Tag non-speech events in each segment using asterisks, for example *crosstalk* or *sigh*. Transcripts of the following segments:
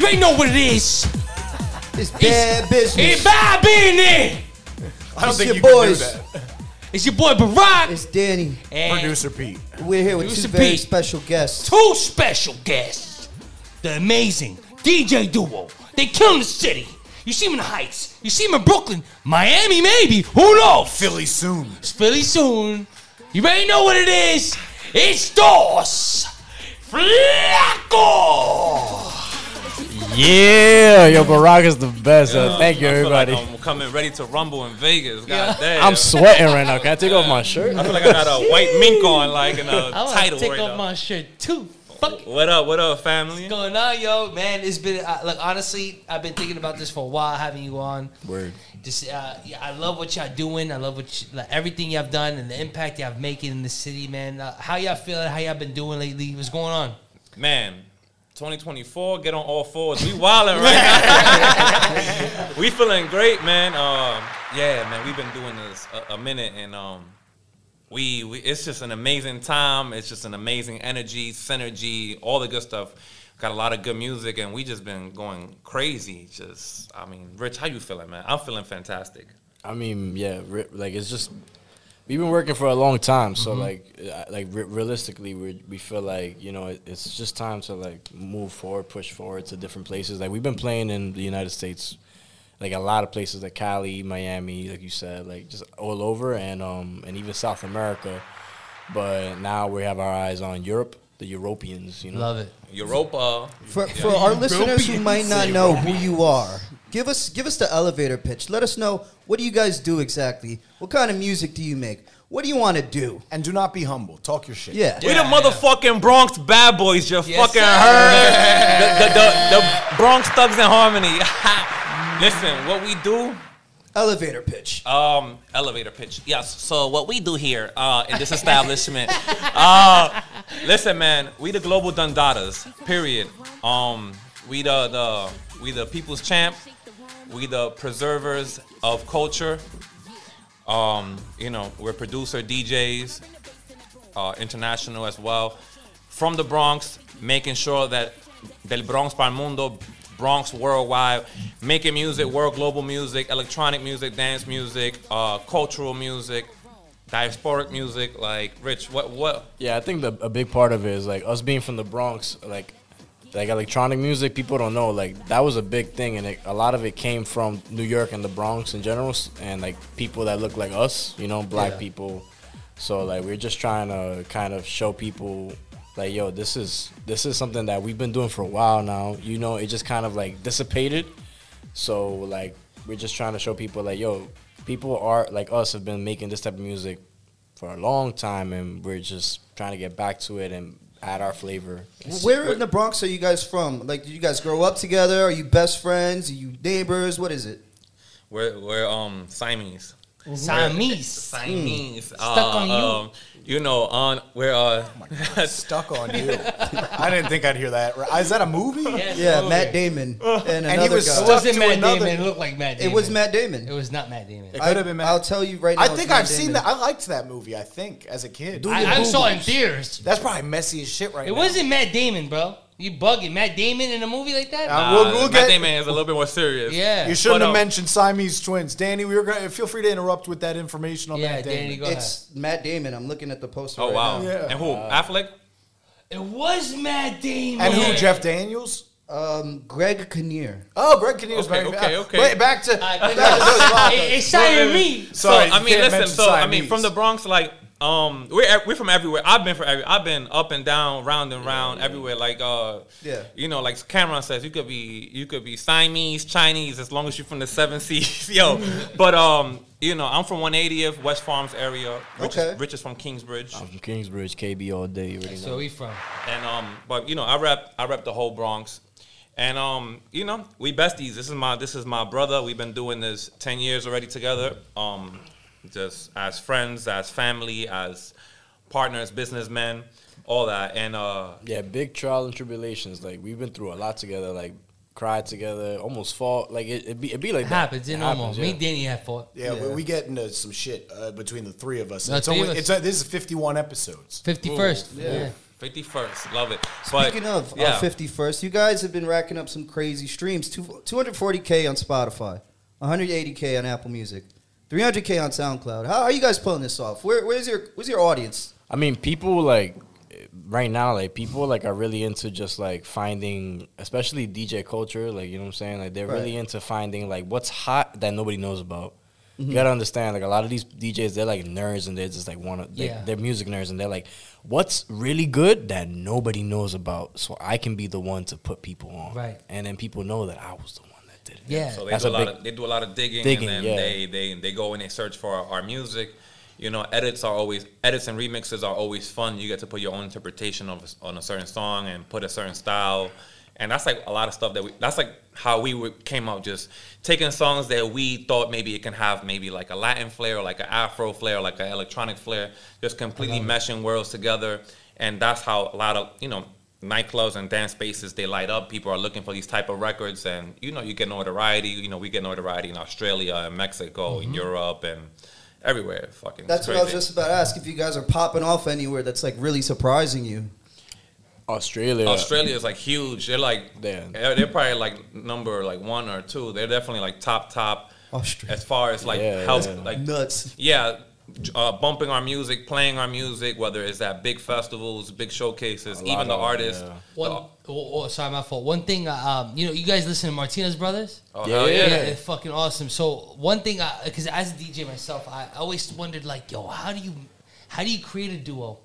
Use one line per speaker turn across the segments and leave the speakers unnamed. already know what it is.
It's bad
It's
business.
my business.
I don't
It's
think
your
you can do
boys.
that.
It's your boy Barack
It's Danny.
and
Producer Pete.
We're here with
Producer
two very
Pete.
special guests.
two special guests, the amazing DJ duo. They killing the city. You see them in the Heights. You see them in Brooklyn, Miami, maybe. Who knows?
Philly soon.
It's Philly soon. You already know what it is. It's DOS Flacco.
Yeah, yo, Barack is the best. uh, thank you,
I feel like
everybody.
I'm coming ready to rumble in Vegas. God damn.
I'm sweating right now. Can I take off my shirt?
I feel like I got a white mink on, like in a title
take
right
off
now.
my shirt too. Fuck it.
What up? What up, family?
What's going on, yo, man? It's been uh, look. Honestly, I've been thinking about this for a while, having you on.
Word.
Just, uh, yeah, I love what y'all doing. I love what you, like, everything y'all done and the impact y'all making in the city, man. Uh, how y'all feeling? How y'all been doing lately? What's going on?
Man, 2024, get on all fours. We wildin' right now. *laughs* we feeling great, man. Um, yeah, man, we've been doing this a, a minute, and um, we, we it's just an amazing time. It's just an amazing energy, synergy, all the good stuff. Got a lot of good music, and we just been going crazy. Just, I mean, Rich, how you feeling, man? I'm feeling fantastic.
I mean, yeah, re- like it's just we've been working for a long time, so
Mm-hmm.
like, uh, like re- realistically, we we feel like you know it, it's just time to like move forward, push forward to different places. Like we've been playing in the United States, like a lot of places, like Cali, Miami, like you said, like just all over, and um, and even South America. But now we have our eyes on Europe, the Europeans, you know.
Love it.
Europa.
For, for our listeners who might not know who you are, give us give us the elevator pitch. Let us know what do you guys do exactly. What kind of music do you make? What do you want to do?
And do not be humble. Talk your shit.
Yeah.
we the motherfucking Bronx bad boys. You fucking
sir.
heard the, the, the, the Bronx thugs in harmony. *laughs* Listen, what we do
Elevator pitch.
Uh,
um, elevator pitch. Yes. So what we do here uh, in this establishment, uh, listen, man, we the global Dundadas. Period. Um, we the the we the people's champ. We the preservers of culture. Um, you know, we're producer DJs, uh, international as well, from the Bronx, making sure that del Bronx para el mundo, Bronx worldwide, making music, world global music, electronic music, dance music, uh, cultural music, diasporic music. Like, Rich, what what
Yeah, I think the, a big part of it is like us being from the Bronx, like like electronic music. People don't know like that was a big thing, and it, a lot of it came from New York and the Bronx in general, s- and like people that look like us, you know, black people. So like we're just trying to kind of show people like yo, this is this is something that we've been doing for a while now. You know, it just kind of like dissipated. So like we're just trying to show people like yo, people are like us have been making this type of music for a long time, and we're just trying to get back to it and add our flavor.
Where in the Bronx are you guys from? Like, did you guys grow up together? Are you best friends? Are you neighbors? What is it?
we're we're um Siamese.
Siamese.
Siamese.
Mm. Stuck on you.
Um, you know, on we're uh,
Stuck on you. I didn't think I'd hear that. Is that a movie?
Yeah, Matt Damon and another
Uh, he was
guy.
It
stuck-
wasn't
to
Matt
another-
Damon. It looked like Matt
it
Damon.
was Matt Damon.
It was not Matt Damon.
It could have been Matt.
I'll tell you right now.
I
it's
think
Matt
I've seen
Damon.
that. I liked that movie. I think as a kid.
Do
I,
your
I saw it in
homework.
theaters.
That's probably messy as shit right
It
now.
wasn't Matt Damon, bro. You bugging Matt Damon in a movie like that?
Uh,
uh,
we'll, we'll
Matt
get.
Damon is a little bit more serious.
yeah.
You shouldn't
But,
have
um,
mentioned Siamese twins, Danny. We were going. Feel free to interrupt with that information on
Yeah,
that.
Danny, go ahead.
It's Matt Damon. I'm looking at the poster.
Oh
right
wow.
now.
Yeah.
And who? Affleck.
It was Matt Damon.
And who?
Yeah.
Jeff Daniels.
Um, Greg Kinnear.
Oh, Greg Kinnear was
Okay,
very
okay,
uh,
okay.
Wait, back to *laughs*
I
back
think
to those
that's-
live.
it, it's Siamese.
So
Sorry,
I
you
mean,
can't
listen.
mention
So I mean,
Siamese.
from the Bronx, like um, we're we're from everywhere. I've been from every. I've been up and down, round and round, everywhere. Like uh,
Yeah.
you know, like Cameron says, you could be you could be Siamese, Chinese, as long as you're from the seven *laughs* seas,
*laughs*
yo. but um, you know, I'm from 180th West Farms area. Rich
Okay.
is, Rich is from Kingsbridge,
I'm from Kingsbridge, KB all day. You already
So
know.
we from.
and um, but you know, I rep I rep the whole Bronx. And um, you know, we besties. This is my this is my brother. We've been doing this ten years already together. Um, just as friends, as family, as partners, businessmen, all that. And uh,
Yeah, big trial and tribulations. Like we've been through a lot together. Like cried together, almost fought. Like it, it be it be like
It
that.
happens. It normal.
happens, yeah.
Me and Danny had fought.
Yeah, We, we get into some shit uh, between the three of us.
No,
it's
three
only,
of us.
It's uh, this is fifty-one episodes.
Fifty first. Yeah.
51st. Love it. But,
Speaking of
yeah.
our 51st, you guys have been racking up some crazy streams. Two, 240K on Spotify, 180K on Apple Music, 300K on SoundCloud. How are you guys pulling this off? Where, where's your where's your audience?
I mean, people like right now, like people like are really into just like finding, especially DJ culture. Like you know what I'm saying? Like they're really
Right.
into finding like what's hot that nobody knows about.
Mm-hmm.
You gotta understand, like a lot of these DJs, they're like nerds and they're just like one of they,
Yeah.
they're music nerds and they're like, what's really good that nobody knows about, so I can be the one to put people on,
Right.
And then people know that I was the one that did it.
Yeah.
So they
That's a
do a, lot
big-
of they do a lot of digging,
digging,
and then
yeah.
they, they they go and they search for our, our music. You know, edits are always edits and remixes are always fun. You get to put your own interpretation of on a certain song and put a certain style. And that's like a lot of stuff that we. That's like how we were, came out, just taking songs that we thought maybe it can have maybe like a Latin flair, or like an Afro flair, or like an electronic flair, just completely meshing worlds together. And that's how a lot of you know nightclubs and dance spaces they light up people are looking for these type of records and you know you get notoriety you know we get notoriety in australia and mexico
Mm-hmm.
and europe and everywhere fucking it's
That's what I was
crazy.
just about to ask. If you guys are popping off anywhere, that's like really surprising you.
Australia,
australia is like huge they're like
Yeah.
they're, they're probably like number like one or two they're definitely like top top
Australia,
as far as like
Yeah,
how
yeah.
like
nuts.
yeah uh, bumping our music playing our music whether it's at big festivals big showcases
A lot
even the
of-
artists
yeah.
The-
One, oh, oh, sorry, my fault. One thing, uh, um, you know, you guys listen to Martinez Brothers.
oh,
Yeah,
hell
yeah,
Yeah,
yeah.
they're fucking awesome. So one thing, because as a DJ myself, I always wondered like, yo, how do you, how do you create a duo?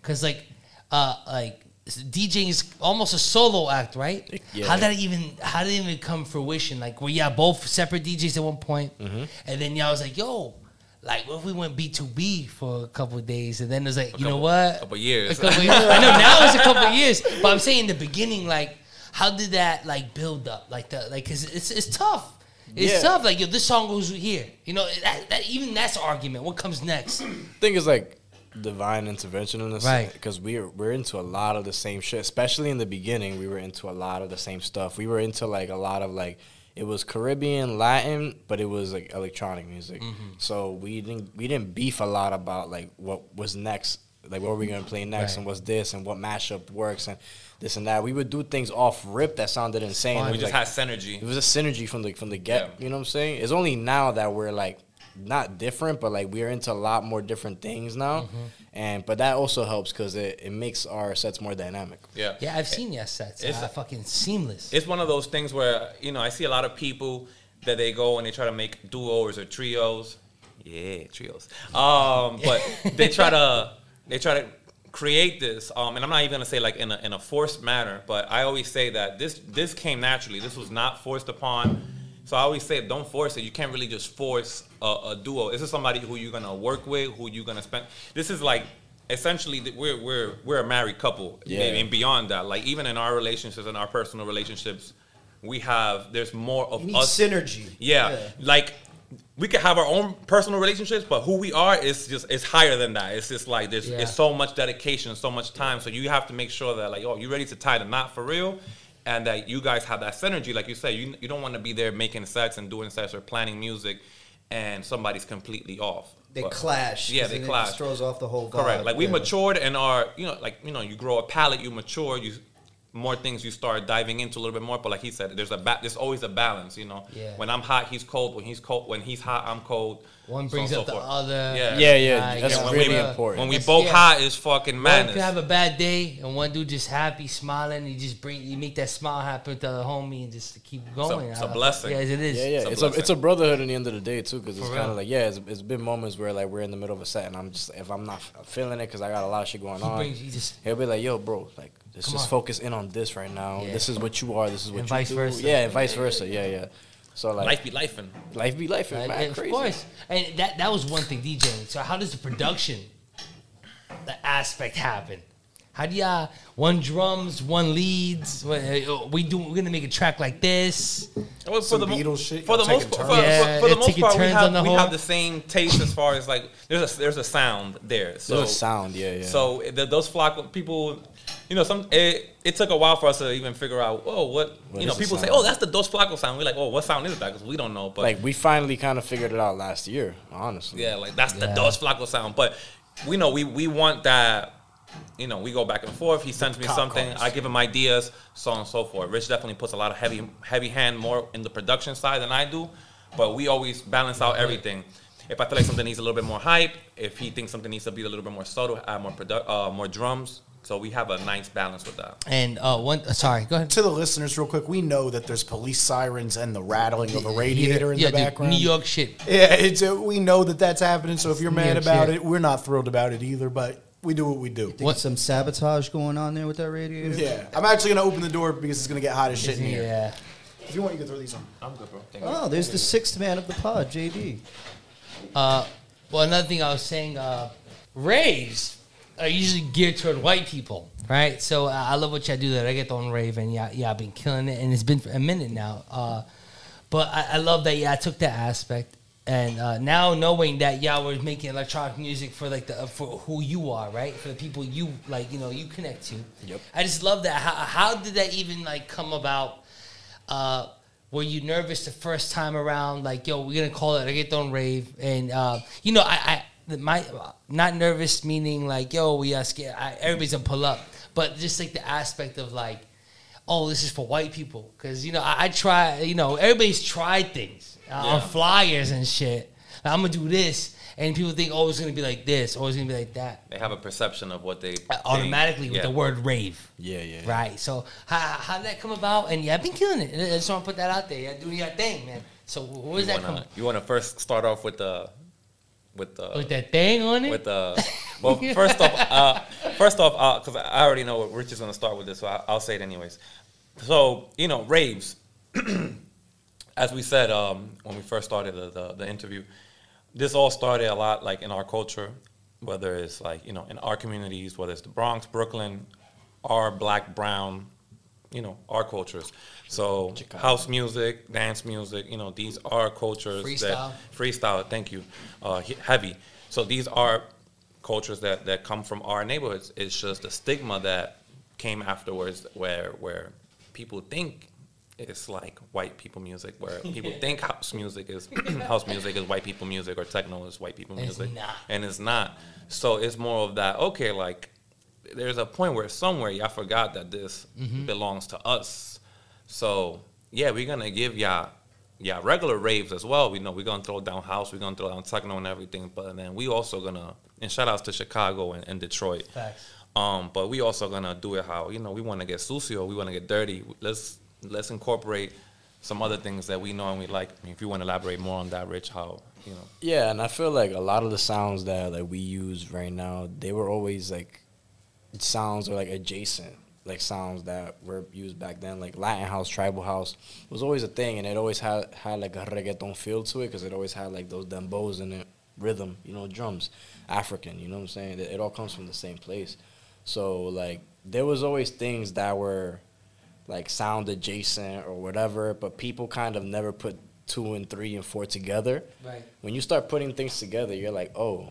Because like, uh, like DJing is almost a solo act, right?
Yeah.
How did it even, how did it even come fruition? Like, we y'all both separate DJs at one point, and then y'all was like, yo. Like what if we went B two B for a couple of days and then it's like you know
couple-
what
couple years.
A couple years. I know now it's a couple of years, but I'm saying in the beginning, like, how did that like build up? Like the like, 'cause it's it's tough. It's
Yeah.
tough. Like yo, this song goes here. You know, that, that even that's argument. What comes
*clears throat*
next?
thing is like divine intervention in this
Right.
because we're we're into a lot of the same shit especially in the beginning we were into a lot of the same stuff we were into like a lot of like it was caribbean latin but it was like electronic music
Mm-hmm.
so we didn't we didn't beef a lot about like what was next like what are we gonna play next
Right.
and what's this and what mashup works and this and that we would do things off rip that sounded insane
fun.
It
we
was
just
like-
had synergy
it was a synergy from the from the get.
Yeah.
You know what I'm saying? It's only now that we're like not different, but like we're into a lot more different things now,
Mm-hmm.
and but that also helps because it, it makes our sets more dynamic.
yeah
Yeah, I've seen yes sets.
It's-
uh, fucking seamless.
it's one of those things where you know I see a lot of people that they go and they try to make duos or trios. Yeah, trios. Um, but they try to they try to create this. Um, and I'm not even gonna say like in a in a forced manner, but I always say that this this came naturally. This was not forced upon. So I always say, don't force it. You can't really just force a, a duo. This is somebody who you're gonna work with, who you're gonna spend. This is like essentially that we're we're we're a married couple
Yeah.
and beyond that. Like even in our relationships and our personal relationships, we have there's more of
You need
us.
synergy.
yeah, like we could have our own personal relationships, but who we are is just it's higher than that. It's just like there's
Yeah.
it's so much dedication, so much time. So you have to make sure that like oh you ready to tie the knot for real. And that you guys have that synergy, like you said, you, you don't want to be there making sex and doing sex or planning music, and somebody's completely off.
They
But-
clash.
Yeah,
'cause
they
then It
clash.
just throws off the whole. Vibe.
Correct. Like we
Yeah.
matured and are you know like you know you grow a palate, you mature, you more things you start diving into a little bit more. But like he said, there's a ba- there's always a balance. You know,
Yeah.
when I'm hot, he's cold. When he's cold, when he's hot, I'm cold.
One
so
brings
on,
up
so
the
forth.
other.
Yeah.
Yeah, yeah,
Like,
that's
you know,
really
when we-
important.
When we
That's-
both
yeah.
hot is fucking
One could have
madness.
a bad day, and one dude just happy, smiling. You just bring, you make that smile happen to the homie, and just to keep going.
it's a
I-
blessing.
Yeah, it is.
Yeah, yeah,
It's a
it's a,
blessing.
it's a brotherhood at the end of the day too, because it's
For
kind
real.
of like yeah, it's, it's been moments where like we're in the middle of a set and I'm just if I'm not f- feeling it because I got a lot of shit going
He
on,
brings, he just
He'll be like, "Yo, bro, like, let's
Come
just
on.
focus in on this right now.
Yeah.
This is what you are. This is what
And
you
vice
do.
versa.
Yeah, and vice versa. Yeah, yeah. So like,
Life
life,
be life and
be life.
Right,
Right?
and
Man,
Of
crazy.
course, and that that was one thing, DJing. So how does the production, the aspect happen? How do y'all one drums, one leads? what- uh, We do we're gonna make a track like this.
Well,
Some
for the mo-
Beatles shit,
For the
y'all taking
most, for,
turns.
for-
Yeah,
for the
they're
most
taking
part, we
turns
have
on the
we
whole-
have the same taste as far as like there's a there's a sound there. So
There's a sound. Yeah, yeah.
So eh, th those flock people, you know, some it, it took a while for us to even figure out. Oh, what,
What
you know?
is the
People say,
sound?
"Oh, that's the Dos Flacos sound." We're like, "Oh, what sound is that?" Because we don't know. But
like we finally kind of figured it out last year, honestly.
yeah, like that's the
Yeah.
Dos Flacos sound. But we know we we want that you know, we go back and forth. He sends me something. I give him ideas, so on and so forth. Rich definitely puts a lot of heavy, heavy hand more in the production side than I do, but we always balance out everything. If I feel like something needs a little bit more hype, if he thinks something needs to be a little bit more subtle, add more produ- uh, more drums. So we have a nice balance with that.
And uh, one, uh, sorry, go ahead.
To the listeners, real quick, we know that there's police sirens and the rattling of a radiator in
yeah,
the
dude,
background.
New York shit.
Yeah, it's uh, we know that that's happening. So if you're mad
York
about
shit.
it, we're not thrilled about it either. But we do what we do.
What-
What some sabotage going on there with that radiator?
Yeah, I'm actually gonna open the door because it's gonna get hot as shit in here.
Yeah.
If you want, you can throw these on.
I'm good, bro.
Oh, there's the sixth man of the pod, JD.
Uh, well, another thing I was saying, uh, raves are usually geared toward white people, right? So uh, I love what y'all do, the reggaeton rave, and yeah, yeah, I've been killing it, and it's been a minute now. Uh, but I, I love that, yeah, I took that aspect. And uh, now knowing that y'all were making electronic music for like the uh, for who you are, right? For the people you like, you know, you connect to.
Yep.
I just love that. How, how did that even like come about? uh, were you nervous the first time around? Like, yo, we're gonna call it reggaeton rave, and uh, you know, I, I my not nervous meaning like, yo, we are scared. I, everybody's gonna pull up, but just like the aspect of like, oh, this is for white people, because you know, I, I try, you know, everybody's tried things uh, on
Yeah.
flyers and shit. Like, I'm gonna do this, and people think, oh, it's gonna be like this, or it's gonna be like that.
They have a perception of what they think.
Automatically with
Yeah.
the word rave.
Yeah, yeah.
Right. So how how did that come about? And yeah, I've been killing it. I just want to put that out there. Yeah, doing your thing, man. So wh- where does
You
that come?
wanna, you wanna first start off with the with the
With that thing on it.
with the well first off uh, first off because I already know what Rich is gonna start with this so I, I'll say it anyways. So you know raves, *clears throat* as we said um, when we first started the, the the interview, this all started a lot like in our culture, whether it's like you know in our communities, whether it's the Bronx, Brooklyn, our black brown, you know our cultures. So house music, dance music, you know these are cultures
Freestyle.
that freestyle. Thank you, uh, he- heavy. So these are cultures that that come from our neighborhoods. It's just the stigma that came afterwards, where where people think it's like white people music,
*laughs*
where people think house
*clears throat*
music is *clears throat* house music is white people music or techno is white people
It's
music,
not.
and it's not. So it's more of that. Okay, like there's a point where somewhere y'all forgot that this
Mm-hmm.
belongs to us. So yeah, we're gonna give y'all yeah regular raves as well. We know we're gonna throw down house, we're gonna throw down techno and everything, but then we also gonna and shout outs to Chicago and, and Detroit.
Facts.
Um, but we also gonna do it how you know we want to get sucio, we want to get dirty. Let's let's incorporate some other things that we know and we like. I mean, if you want to elaborate more on that, Rich, how you know?
Yeah, and I feel like a lot of the sounds that like we use right now, they were always like sounds or like adjacent, like sounds that were used back then, like Latin house, tribal house was always a thing, and it always had had like a reggaeton feel to it because it always had like those dembos in it, rhythm, you know, drums, African, you know what I'm saying? It, it all comes from the same place, so like there was always things that were like sound adjacent or whatever, but people kind of never put two and three and four together
Right.
when you start putting things together, you're like, oh,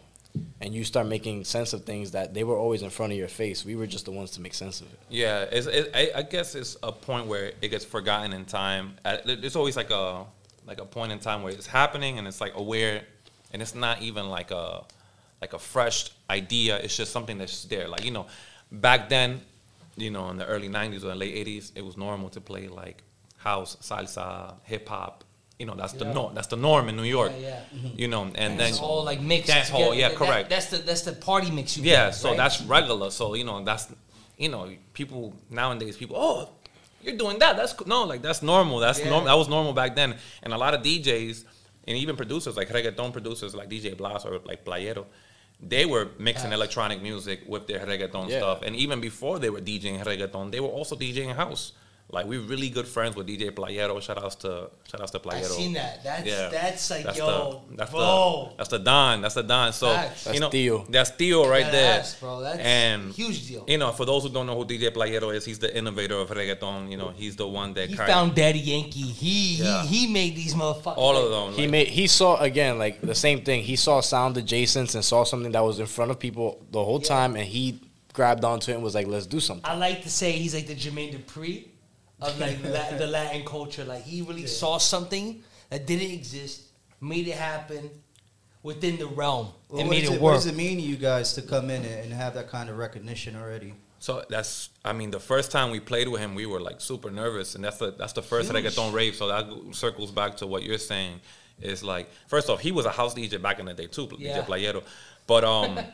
and you start making sense of things that they were always in front of your face. We were just the ones to make sense of it.
Yeah, it's, it, I, I guess it's a point where it gets forgotten in time. Uh, There's always like a like a point in time where it's happening and it's like aware, and it's not even like a like a fresh idea. It's just something that's just there. Like you know, back then, you know, in the early '90s or the late '80s, it was normal to play like house, salsa, hip hop. You know, that's the
Yeah.
norm. That's the norm in New York.
Yeah,
You know, and then
It's all like mixed.
Dance hall,
together.
yeah,
That-
correct.
that's the that's the party mix you.
yeah,
get,
so
right?
that's regular. So you know, that's you know, people nowadays, people, oh, you're doing that. That's cool. no, like that's normal. That's
Yeah.
normal. That was normal back then. And a lot of DJs and even producers, like reggaeton producers, like DJ Blas or like Playero, they were mixing
House.
electronic music with their reggaeton
Yeah.
stuff. And even before they were DJing reggaeton, they were also DJing house. Like we're really good friends with DJ Playero. Shout outs to shout outs to Playero.
I've seen that. That's
Yeah.
that's like
That's
yo,
the, that's
bro.
the that's the Don. That's the Don. So
Facts.
you
That's
know,
Theo.
That's Theo right
Gotta
there.
ask, bro. That's
and
huge deal.
You know, for those who don't know who DJ Playero is, he's the innovator of reggaeton. You know, he's the one that
he
kinda-
found Daddy Yankee. He
Yeah.
he, he made these motherfuckers.
all of them.
He
like-
made he saw again like the same thing. He saw sound adjacents and saw something that was in front of people the whole
Yeah.
time, and he grabbed onto it and was like, let's do something.
I like to say he's like the Jermaine Dupri of
*laughs*
like La- the Latin culture. Like he really saw something that didn't exist, made it happen, within the realm
Well,
and
what
made
does
it,
What
work.
does it mean to you guys to come in and and have that kind of recognition already?
So that's, I mean, the first time we played with him, we were like super nervous, and that's the that's the first reggaeton rave. So that circles back to what you're saying. Is like, first off, he was a house DJ back in the day too,
Yeah.
DJ Playero, but um. *laughs*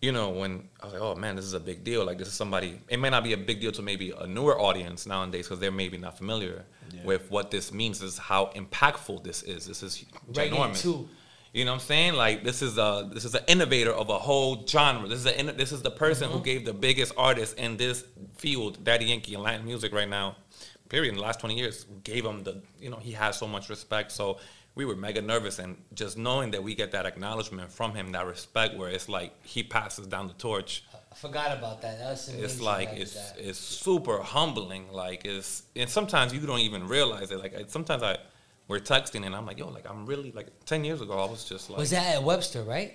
You know, when I was like, oh man, this is a big deal. Like, this is somebody, it may not be a big deal to maybe a newer audience nowadays because they're maybe not familiar with what this means. This is how impactful this is. This is
Reggae
ginormous.
too.
You know what I'm saying? Like this is a this is an innovator of a whole genre. This is a, inno- this is the person
Mm-hmm.
who gave the biggest artist in this field, Daddy Yankee and Latin music right now. Period. In the last 20 years, gave him the you know he has so much respect. So we were mega nervous, and just knowing that we get that acknowledgement from him, that respect, where it's like he passes down the torch.
I forgot about that. That's
It's like it's it's super humbling. Like it's and sometimes you don't even realize it. Like I- sometimes I we're texting and I'm like yo, like I'm really like 10 years ago I was just like
was that at Webster, right?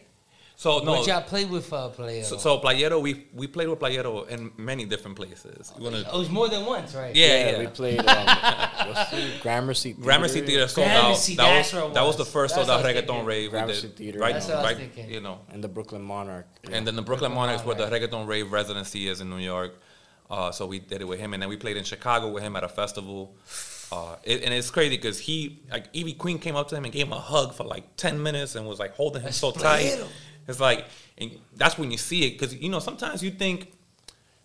so no.
What y'all played with uh, Player?
So, so Playero, we we played with Playero in many different places. You wanna,
Oh, it was more than once, right?
yeah, yeah.
we played um, *laughs* what's the- Gramercy Theater.
Gramercy Theater sold
Oh, Gramercy,
out. That
that's
was,
where it
that was
was.
the first
That's
sold out
what I was
reggaeton
thinking.
rave. we did,
Gramercy Theater.
Right,
That's what I was
right,
thinking.
You know,
and the Brooklyn Monarch.
and then the Brooklyn
Brooklyn
Monarch where the
Monarch.
reggaeton rave residency is in New York. Uh, so we did it with him, and then we played in Chicago with him at a festival. Uh, it, and it's crazy because he, like Evie Queen, came up to him and gave him a hug for like ten minutes and was like holding him so tight.
Explícalo.
It's like, and that's when you see it because you know sometimes you think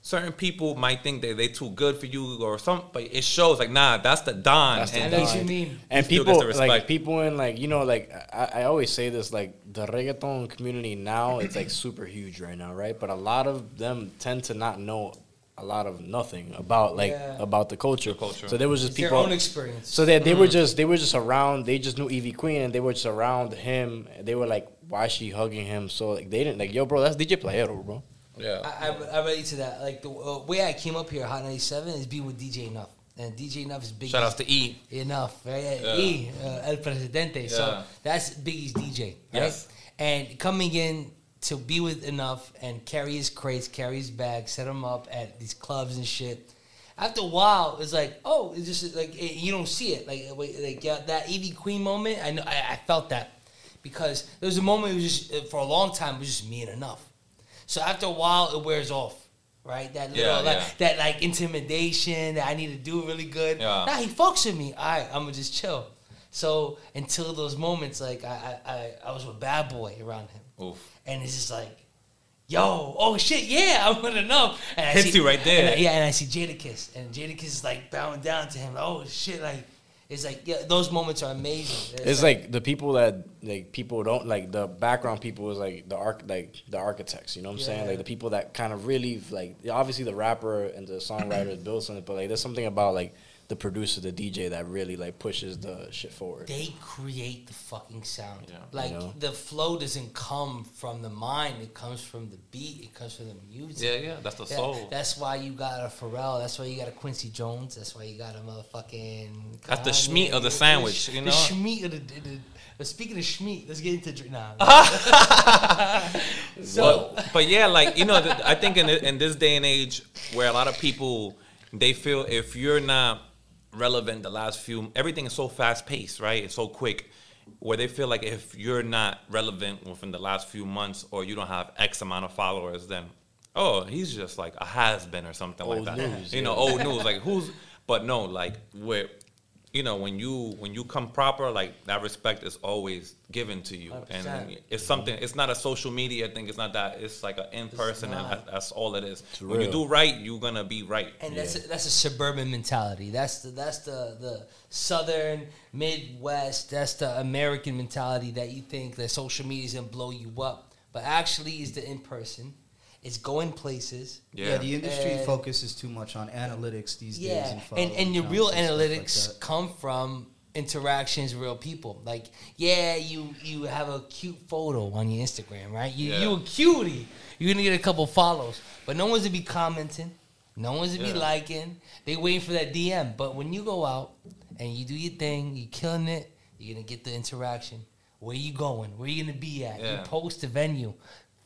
certain people might think that they too good for you or something, but it shows like nah, that's the don.
That's the
I
and uh,
know
he-
what you mean.
and
He still gets
people
the
like
respect.
people in like you know like I, I always say this like the reggaeton community now it's like super huge right now right but a lot of them tend to not know a lot of nothing about like
Yeah.
about the culture.
culture. Mm.
so there was just
It's
people
their own experience.
so that they were just they were just around. They just knew Evie Queen, and they were just around him. They were like, "Why is she hugging him?" So like they didn't like, "Yo, bro, that's DJ Playero, bro."
yeah.
I, I, I relate to that. Like the uh, way I came up here, Hot 97, is being with DJ Enough. And DJ Enough is big.
Shout outs to E.
enough, right?
Yeah.
E, uh, El Presidente. So
Yeah.
that's Biggie's DJ, right?
Yes.
And coming in to be with enough and carry his crates, carry his bag, set him up at these clubs and shit. After a while, it's like, oh, it's just like it, you don't see it, like wait, like yeah, that Evie Queen moment. I know I, I felt that because there was a moment it was just uh, for a long time it was just me and enough. So after a while, it wears off, right? That little
Yeah,
like
yeah.
that like intimidation that I need to do really good.
Yeah.
Nah, he fucks with me. All right, I'm gonna just chill. So until those moments, like I, I, I, I was with Bad Boy around him,
Oof.
and it's just like, yo, oh shit, yeah, *laughs* I'm gonna know. And I
Hits you right there.
and I- yeah, and I see Jadakiss, and Jadakiss is like bowing down to him. oh shit, like it's like yeah, those moments are amazing.
It's like the people that like people don't like the background people is like the arch like the architects, you know what I'm saying?
Yeah.
Like the people that kind of really like obviously the rapper and the songwriter is built on it, but like there's something about like the producer, the DJ that really like pushes the shit forward.
they create the fucking sound.
Yeah.
Like
You know?
the flow doesn't come from the mind; it comes from the beat. It comes from the music.
Yeah, yeah. That's the
Yeah,
soul.
That's why you got a Pharrell. That's why you got a Quincy Jones. That's why you got a motherfucking.
That's the
Kanye.
schmeat of the
That's
sandwich,
sh-
you
The
know?
schmeat of the. the, the but speaking of schmeat, let's get into dr- nah.
*laughs*
so
but, but yeah, like you know, th- I think in th- in this day and age, where a lot of people they feel if you're not relevant, the last few everything is so fast paced, right? It's so quick, where they feel like if you're not relevant within the last few months, or you don't have X amount of followers, then oh, he's just like a has been or something
Old
like that.
news,
you know, old news. Like who's? But no, like where. You know when you when you come proper, like that respect is always given to you, and
100%.
it's something. It's not a social media thing. It's not that. It's like an in person, and
not.
that, that's all it is. When you
real.
do right, you're gonna be right.
and that's a, that's a suburban mentality. That's the that's the the southern Midwest. That's the American mentality that you think that social media is gonna blow you up, but actually, it's the in person. It's going places.
Yeah.
the industry
And-
focuses too much on analytics these days.
yeah
And,
and,
following
and your
counts
real
and stuff like
analytics
that.
come from interactions with real people like yeah you you have a cute photo on your instagram right you,
Yeah.
you a cutie you're gonna get a couple follows but no one's to be commenting no one's to be
Yeah.
liking they waiting for that dm but when you go out and you do your thing you killing it you're gonna get the interaction where you going where you gonna be at you
Yeah.
post the venue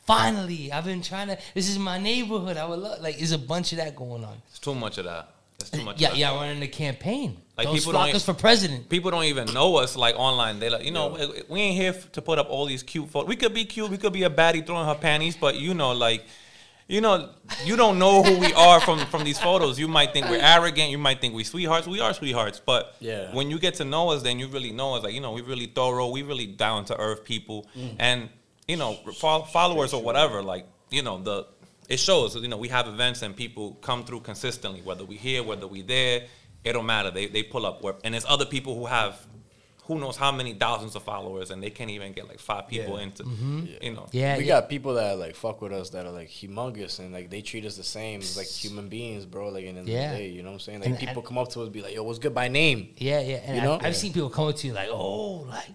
finally i've been trying to this is my neighborhood i would love like there's a bunch of that going on
It's too much of that. It's too much.
Yeah,
left.
yeah, running the campaign.
Like,
Those
people don't
flockers
e-
for president.
People don't even know us like online. They like, you know, we, we ain't here f- to put up all these cute photos. We could be cute. We could be a baddie throwing her panties, but you know, like, you know, you don't know who we are from from these photos. You might think we're arrogant. You might think we sweethearts. We are sweethearts, but
Yeah.
when you get to know us, then you really know us. Like, you know, we really thorough. We really down to earth people, and you know, fol- followers or whatever. Like, you know, the it shows. You know, we have events and people come through consistently. Whether we here, whether we there, it don't matter. They they pull up. Where, and there's other people who have. Who knows how many thousands of followers, and they can't even get like five people
Yeah.
into, you know.
Yeah,
we
yeah.
got people that like fuck with us that are like humongous and like they treat us the same as like human beings, bro. Like in the, end of the
Yeah.
day, you know what I'm saying? Like
And-
people
and-
come up to us be like, "Yo, what's good
*laughs*
by name?"
Yeah, yeah. And
You
I,
know?
I've seen people come up to you like, oh, like,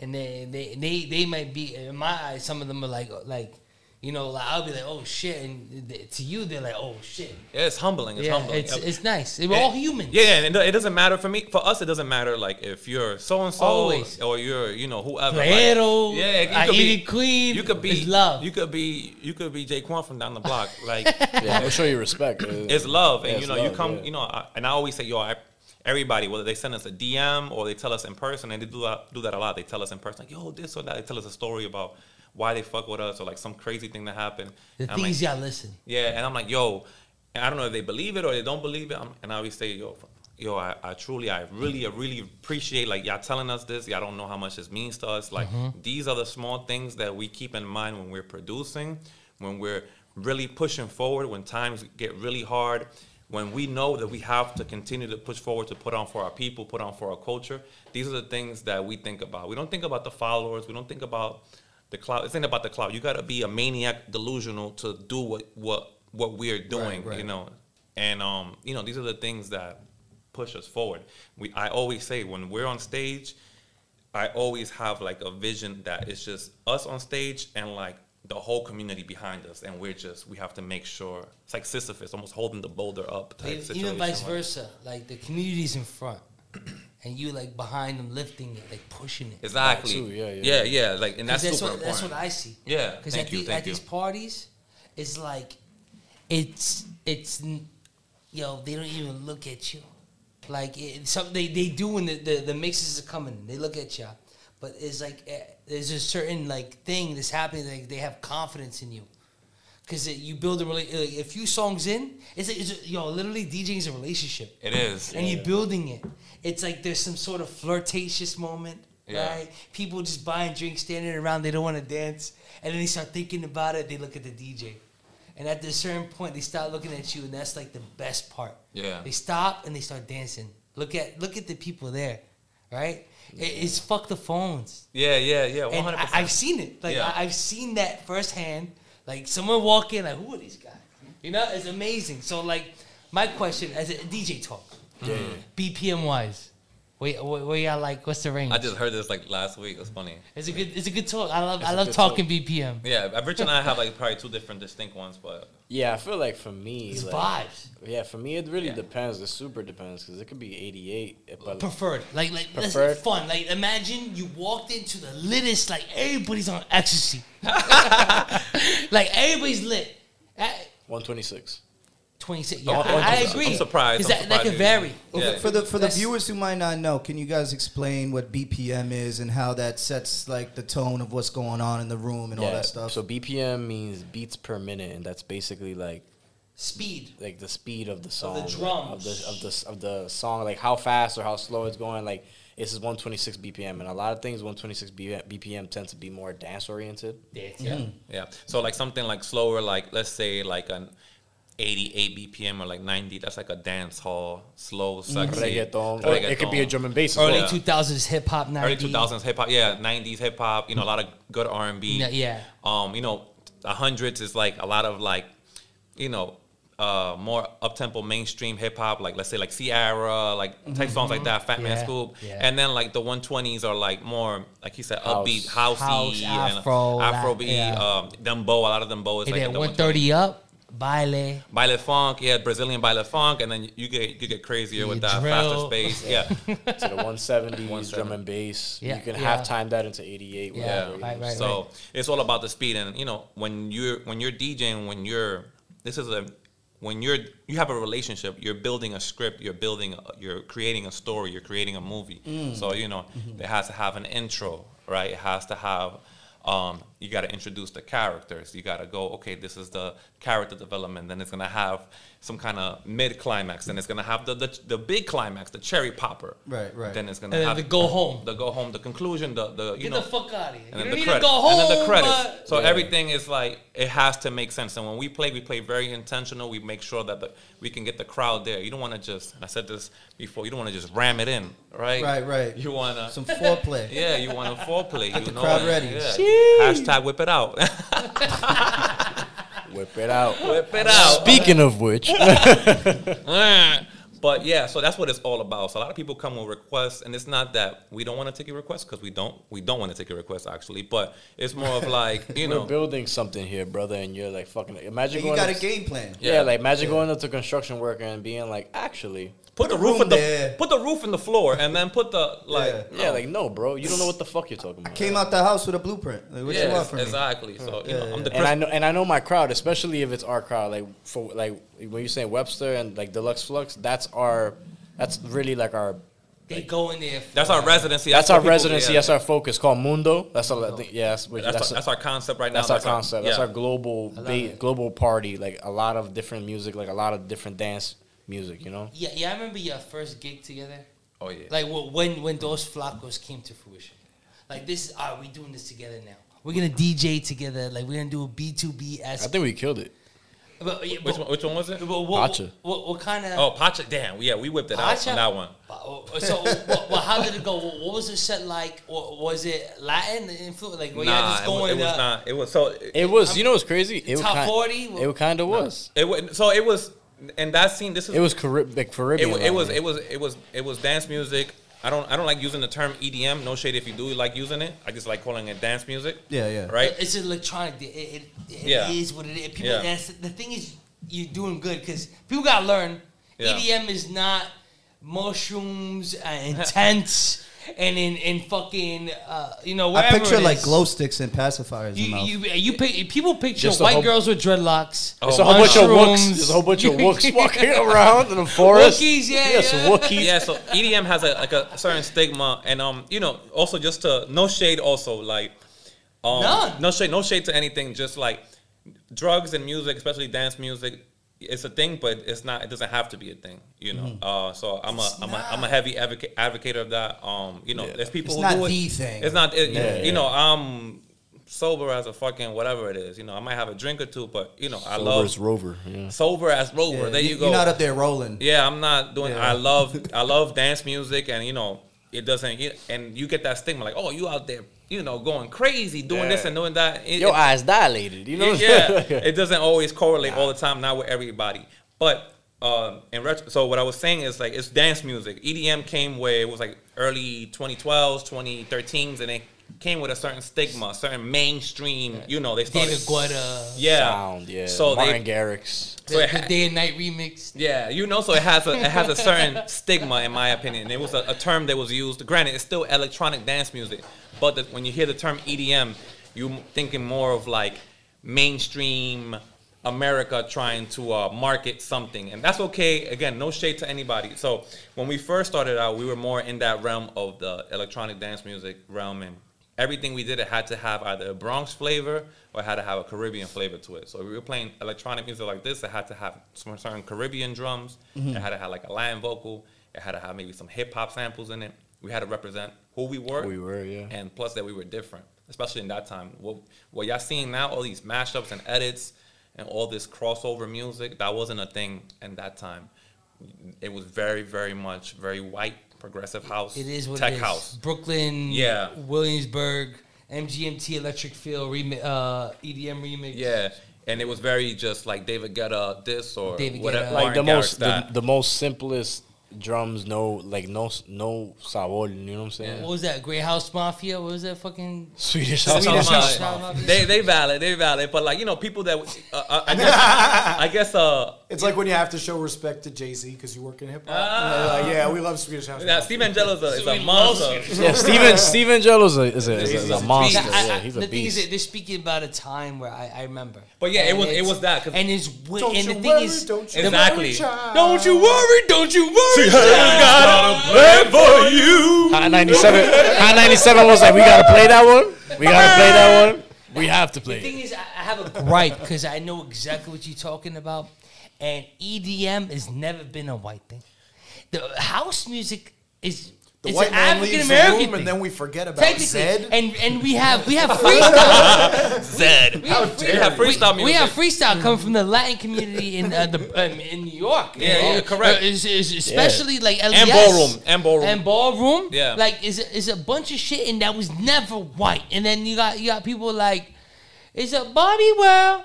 and they, they, they, they might be in my eyes. Some of them are like, like, you know, like, I'll be like, oh shit, and th- to you they're like, oh shit.
Yeah, it's humbling. It's
yeah,
humbling.
it's
Yep.
it's nice. We're all
And-
humans.
Yeah, yeah, and it, it doesn't matter for me. For us, it doesn't matter like if you're so and so
Always.
or you're you know whoever. like-
Pero,
yeah, you could
Aidi
be
Queen.
You could be
it's love.
You could be you could be Jay Quan from down the block. *laughs* Like
Yeah, I'm sure you respect.
it's love, and
Yeah,
you
it's
know you
love,
come.
yeah.
You know, I, and I always say, yo, I, everybody, whether they send us a DM or they tell us in person, and they do that, do that a lot. They tell us in person, like, yo, this or that. They tell us a story about why they fuck with us or like some crazy thing that happened.
the
And I'm like,
things y'all listen.
yeah, and I'm like, yo, and I don't know if they believe it or they don't believe it. I'm, and I always say, yo, yo, I, I truly, I really, I really appreciate like y'all telling us this. Y'all don't know how much this means to us. Like these are the small things that we keep in mind when we're producing, when we're really pushing forward, when times get really hard. When we know that we have to continue to push forward to put on for our people, put on for our culture, these are the things that we think about. We don't think about the followers. We don't think about the cloud. It's not about the cloud. You gotta be a maniac, delusional to do what what what we're doing.
right.
You know, and um, you know, these are the things that push us forward. We I always say when we're on stage, I always have like a vision that it's just us on stage and like the whole community behind us, and we're just we have to make sure it's like Sisyphus, almost holding the boulder up. Type
Even,
situation.
even vice
like-
versa. Like the community's in front, and you like behind them, lifting it, like pushing it.
Exactly.
That too, yeah,
yeah,
yeah.
yeah, Like, and that's,
that's
super
what,
important.
That's what I see.
Yeah,
because
thank
at,
you,
the,
thank
at
you.
these parties, it's like, it's it's, n- yo, they don't even look at you. Like it, some they, they do when the, the, the mixes are coming, they look at you, but it's like eh, there's a certain like thing that's happening. Like they have confidence in you. Cause it, you build a rela- like a few songs in, it's, like, it's yo literally DJing is a relationship
it is.
and you're building it. It's like there's some sort of flirtatious moment,
Yeah.
right? People just buying drinks, standing around, they don't want to dance, and then they start thinking about it. They look at the DJ, and at a certain point, they start looking at you, and that's like the best part.
Yeah.
they stop and they start dancing. Look at look at the people there, right? It, it's fuck the phones
Yeah, yeah, yeah. One
and
hundred
I,
percent.
I've seen it. Like
Yeah.
I, I've seen that firsthand. Like someone walk in, like who are these guys? You know, it's amazing. So like, my question as a DJ talk, BPM wise, where, where, where y'all like? What's the range?
I just heard this like last week. It was funny.
it's a good, it's a good talk. I love, I
a
love
good
talking BPM.
Yeah, Rich and I have like probably two different distinct ones, but
Yeah, I feel like for me,
It's
like,
vibes
yeah, for me it really
Yeah.
depends. It super depends because it could be 88, but
preferred. Like, like that's
Preferred.
fun. Like imagine you walked into the littest. Like everybody's on
*laughs*
ecstasy. like everybody's lit. At
126.
26. Yeah,
Oh, I'm-
I,
I'm
I
surprised.
agree.
I'm surprised.
'Cause
I'm
That, that could
surprised you-
vary.
Well,
Yeah.
for the for the
That's-
viewers who might not know, can you guys explain what BPM is and how that sets like the tone of what's going on in the room and all
Yeah,
that stuff?
So BPM means beats per minute, and that's basically like
Speed.
like the speed of the song, like, of
drums.
the of the of the song, like how fast or how slow it's going. Like this is 126 BPM, and a lot of things 126 BPM tends to be more dance oriented.
Dance.
yeah. Mm-hmm. So like something like slower, like let's say like an 88 BPM or like 90. That's like a dance hall slow sexy
Mm-hmm. Reggaeton, or it could be a
reggaeton.
drum and bass. As
Early
well.
two thousands hip hop.
Early
90s.
2000s hip hop, yeah, 90s hip hop. You know, a lot of good R and B.
Yeah, yeah.
Um, you know, the hundreds is like a lot of like, you know, uh, more up tempo mainstream hip hop. Like let's say like Ciara, like type songs like that, Fat
Mm-hmm. Yeah,
Man Scoop.
yeah.
And then like the 120s are like more like he said,
House.
upbeat, housey,
House,
and
Afro, that-
Afrobeat.
yeah.
Um, dembo, a lot of dembo is
And
like
then
the
one thirty up. Baile.
baile funk, yeah, Brazilian baile funk, and then you get you get crazier with
Yeah,
that
drill.
faster
*laughs*
space, yeah.
to the 170s
170.
drum and bass.
Yeah,
you can
yeah.
half time that into 88.
Yeah,
whatever, you
right,
know.
right.
so it's all about the speed, and you know when you're when you're DJing, when you're this is a when you're you have a relationship, you're building a script, you're building, a, you're creating a story, you're creating a movie.
Mm.
So you know
Mm-hmm.
it has to have an intro, right? It has to have. Um, you got to introduce the characters. You got to go. Okay, this is the character development. Then it's gonna have some kind of mid climax. Then it's gonna have the, the the big climax, the cherry popper.
Right, right.
Then it's gonna
And then
have
the go home.
the go home, the conclusion, the the you
Get
know
the fuck out of here.
and
You
then
don't
the
need to
credits.
go home. uh,
and then the credits.
but-
so everything is like it has to make sense. And when we play, we play very intentional. We make sure that the, we can get the crowd there. You don't want to just. And I said this before. You don't want to just ram it in, right?
Right, right.
You want to.
Some foreplay.
*laughs* yeah, you want to foreplay. Get you
the crowd
it.
ready.
Yeah. Hashtag whip
*laughs*
it out.
Whip it out.
whip it out.
Speaking of which,
*laughs* But yeah, so that's what it's all about. So a lot of people come with requests, and it's not that we don't want to take your requests because we don't we don't want to take your requests actually. But it's more of like you
we're
know
building something here, brother, and you're like fucking. Imagine
You
going.
got a
up-
game plan.
yeah,
Yeah.
like imagine going up to construction worker and being like, actually,
put the
a
roof
room
in the
there.
put the roof in the floor, and then put the like
Yeah.
yeah, like no, bro, you don't know what the fuck you're talking about.
Came out the house with a blueprint. Like, what you
yeah,
want from me?
exactly. So you know,
Yeah,
I'm the
and
Chris,
I know, and I know my crowd, especially if it's our crowd. Like for like when you say Webster and like Deluxe Flux, that's our, that's really like our,
They go in there.
that's our residency.
that's
what
our
people-
residency,
yeah.
that's our focus called Mundo. That's our, I think- yeah, that's, which-
That's,
that's,
our, that's our concept right now.
that's our concept. That's
yeah.
our global ba- global party. Like a lot of different music, like a lot of different dance music. You know,
Yeah, yeah. I remember your first gig together.
Oh yeah.
Like wh- when when those flacos came to fruition. Like this is are we doing this together now? We're gonna DJ together. Like we're gonna do a B two B
I
as.
think we killed it.
But, yeah,
which
but-
one, which one was it?
but what, what,
Pacha.
what, what kind of?
Oh, Pacha. Damn. Yeah, we whipped it out
Pacha?
on that one.
Uh, So, wh- wh- how did it go? Wh- What was the set like? Wa- Was it Latin influence? Like, were you
nah,
just
it wa-
going
it, was
uh,
not. It was so. It,
It was, you know, what's crazy. It
Top
was
40?
It kind of was.
it wa- so it was, and that scene. This is
It was Carib- like
It,
Caribbean.
wa- it was
like,
it was it was it was dance music. I don't I don't like using the term EDM. No shade if you do like using it. I just like calling it dance music.
Yeah, yeah.
Right.
It's electronic. It, it, it- it
Yeah.
is what it is. People,
Yeah.
that's, the thing is, you're doing good because people gotta learn.
Yeah.
EDM is not mushrooms and
*laughs*
tents and in in fucking uh, you know
I
whatever.
picture
it
like
is.
glow sticks and pacifiers in
You,
mouth.
you, you pick, people picture
Just a
white
whole-
girls with dreadlocks.
Oh,
There's a whole bunch of
mushrooms.
wooks. There's a whole bunch
*laughs*
*laughs*
of wooks walking around in the forest.
Wookiees, yeah,
Yes,
yeah.
Wookiees.
E, yeah, so EDM has a like a certain stigma, and um, you know, also just to no shade, also like, um,
None.
no shade, no shade to anything. Just like drugs and music, especially dance music, it's a thing, but it's not. It doesn't have to be a thing, you know. Uh, so I'm a
It's
I'm
not.
a I'm a heavy advocate advocate of that. Um, you know, there's people
It's
who
not
do it.
the thing.
It's not. It, you-
Yeah,
you
yeah.
know, I'm sober as a fucking whatever it is. You know, I might have a drink or two, but you know, I
Rover's
love
Rover. Yeah.
sober as rover.
Yeah,
There you go.
You're not up there rolling.
Yeah, I'm not doing.
Yeah.
I
*laughs*
love I love dance music, and you know it doesn't. It, and you get that stigma like, oh, you out there, you know, going crazy, doing this
Yeah.
and doing that. It,
Your eyes dilated. You know.
it-
*laughs*
yeah, it doesn't always correlate all the time. Not with everybody, but um, in retro, so what I was saying is like it's dance music. EDM came where it was like early 2012s, 2013s, and it came with a certain stigma, certain mainstream. You know, they started.
David Guetta.
yeah.
Sound. Yeah.
So they-
Martin Garrix.
The,
So it
the
ha-
day and night remix.
Yeah, you know, so it has a it has a certain stigma in my opinion. It was a, a term that was used. Granted, it's still electronic dance music, but the, when you hear the term EDM, you m- thinking more of like mainstream America trying to uh, market something, and that's okay. Again, no shade to anybody. So when we first started out, we were more in that realm of the electronic dance music realm, and everything we did it had to have either a Bronx flavor or it had to have a Caribbean flavor to it. So if we were playing electronic music like this, it had to have some certain Caribbean drums.
Mm-hmm.
It had to have like a lion vocal. It had to have maybe some hip hop samples in it. We had to represent who we were.
Who we were, yeah.
And plus that we were different, especially in that time. What what y'all seeing now, all these mashups and edits and all this crossover music, that wasn't a thing in that time. It was very, very much very white progressive house.
It is what
tech
it is.
house.
Brooklyn,
Yeah.
Williamsburg, MGMT Electric Field remi- uh, EDM remix.
Yeah, and it was very just like David Guetta this or
David
whatever.
Guetta.
Martin
Like the
Garrix
most, the,
that.
the most simplest drums, no like no no sabor. You know what I'm saying?
What was that? Grey House Mafia? What was that fucking?
Swedish house.
That's what I'm
Swedish
talking
house
about.
mafia.
They they valid, they valid, but like you know, people that uh, uh, I *laughs* guess I guess uh,
It's like when you have to show respect to Jay Z because you work in hip hop.
Ah.
like, yeah, we love Swedish house.
now Steve Angelo's a, is
So
a
we love
monster.
Yeah, Steven Steven Jello is a is a, is a, is a
He's a
monster.
I- I-
Yeah, he's
the
a
thing is, that
beast.
they're speaking about a time where I, I remember.
But yeah, it
And
was- it
it's-
was that, 'cause-
and it's wi-
Don't
and
you
the thing
worry,
is,
don't you
the-
Exactly.
worry, child.
Don't you worry, don't you worry.
got a plan for you.
Hot 97. Hot 97 was like, we gotta play that one. We gotta play that one. We have to play.
The thing
it.
is, I I have a gripe because I know exactly what you're talking about, and EDM has never been a white thing. The house music is
The
it's
white
an
man
African
leaves the
American
room
thing.
and then we forget about
Technically,
Zed.
and and we have
*laughs*
we have freestyle.
Zed.
we have
We have freestyle
we,
music.
we have freestyle coming from the Latin community in uh, the um, in New York. you
Yeah,
know?
yeah, correct.
Uh, is- is- especially like LDS.
and ballroom, and ballroom.
and ballroom.
Yeah.
like is is a bunch of shit, and that was never white. And then you got you got people like, it's a Bobby World.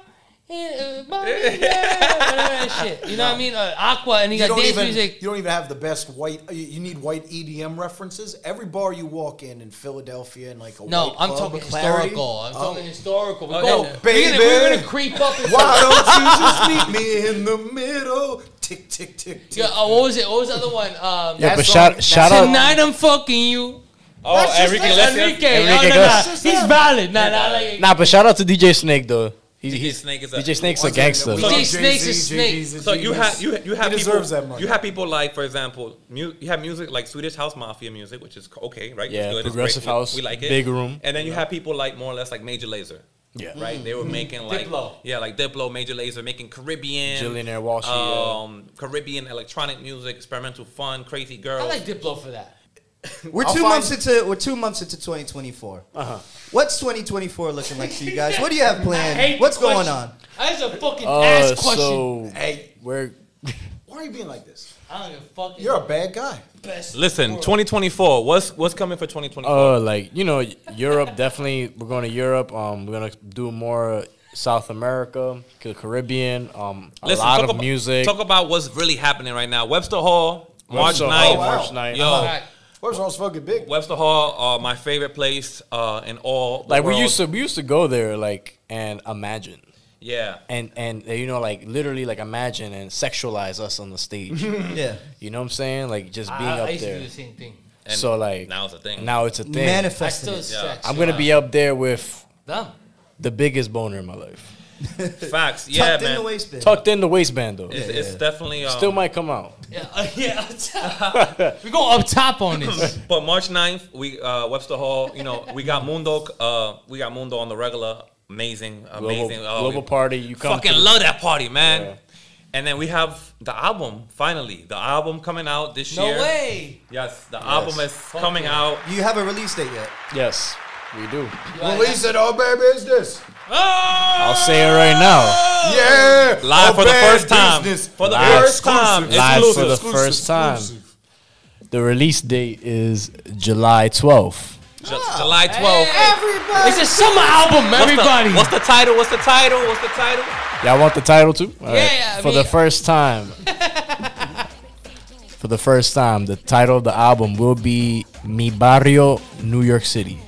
Yeah, uh,
*laughs*
Bobby World, whatever that shit. You know what I mean? Uh, Aqua, and you,
you
got
don't
dance
even
music.
you don't even have the best white. You, you need white EDM references. Every bar you walk in in Philadelphia and like a
No,
white
I'm
club,
talking
Clarity.
historical. I'm
Oh.
talking historical. We're,
Oh,
going,
yeah.
we're, gonna, we're
Baby.
gonna creep up. And
*laughs* Why don't you just meet me in the middle? Tick tick tick tick.
Yeah, oh, what was it? What was the other one? Um,
Yeah, but
That's
shout
all-
shout out.
Tonight I'm fucking you.
Oh, Enrique Iglesias.
Enrique.
Enrique
oh, no, no.
Iglesias.
He's valid. No, no, like,
Nah, but shout out to DJ Snake though. He,
DJ
he-
Snake is a-
DJ Snake's a
Once again,
gangster.
we
DJ
love
Snake's a
Jay-Z,
snake.
Jay-Z's a
So you
genius.
have you you have
he
people,
deserves that money.
you have people like for example mu- you have music like Swedish House Mafia music which is c- okay right It's
Yeah,
good, it's
progressive
great, we-
house,
we like it
big room.
and then you have people like more or less like Major Lazer
Yeah. Mm-hmm.
right they were making like
Diplo.
yeah like Diplo Major Lazer making Caribbean
Jillionaire Wall Street, yeah.
um Caribbean electronic music experimental fun crazy
I
girls
like Diplo for that.
We're
I'll
two
find-
months into we're two months into 2024. Uh-huh. What's 2024 looking like to you guys?
*laughs*
What do you have planned?
hate
What's
the
going
question. *clears throat*
on?
That's a fucking
Uh,
ass question.
so
Hey,
we're
why are you being like this?
I don't give a fuck. It's
You're a bad guy.
the best.
listen
world.
2024 what's what's coming for 2024
uh like you know Europe definitely. We're going to Europe. Um, we're gonna do more South America, the Caribbean. Um, a
listen
lot
talk
of
abo-
music.
talk about what's really happening right now Webster Hall March
Webster Hall,
9th
wow.
Oh, March 9th.
yo
All right.
Where's all fucking big?
Webster Hall, uh, my favorite place uh, in all. The
like
world.
we used to we used to go there like and imagine
yeah.
and and you know like literally like imagine and sexualize us on the stage
Yeah.
you know what i'm saying like just being
I, I
up
used to
there
do the same thing.
And
so like
now it's a thing.
now it's a thing
I
Manifesting.
still
it.
Yeah.
sex.
i'm gonna be up there with *laughs*
dumb.
the biggest boner in my life
Facts, yeah,
Tucked
man.
in the waistband.
tucked in the waistband though
It's, it's definitely um,
still might come out
Yeah, uh, yeah. up
*laughs*
top. we go up top on this.
But March 9th, we uh, Webster Hall. You know, we got Mundo. Uh, we got Mundo on the regular. Amazing,
global,
Oh,
amazing. Uh,
global
we
party you come
Fucking
through.
love that party, man.
Yeah.
And then we have the album finally. The album coming out this
No
year.
way.
Yes, the album is coming
yeah.
out.
You have a release date yet?
yes we do
Release it, oh baby, is this?
i'll say it right now
Yeah,
Live
Oh,
for the
bad
first time.
business.
For the
Live.
first time.
Exclusive.
live for the
Exclusive,
first time
exclusive.
the release date is july 12th
Ju- July
Oh,
12th.
It's a summer album,
What's the-
everybody.
What's the, title? What's the title? What's the title?
Y'all want the title too? All
Yeah, yeah, I
For
mean-
the first time. for the first time, the title of the album will be Mi Barrio, New York City.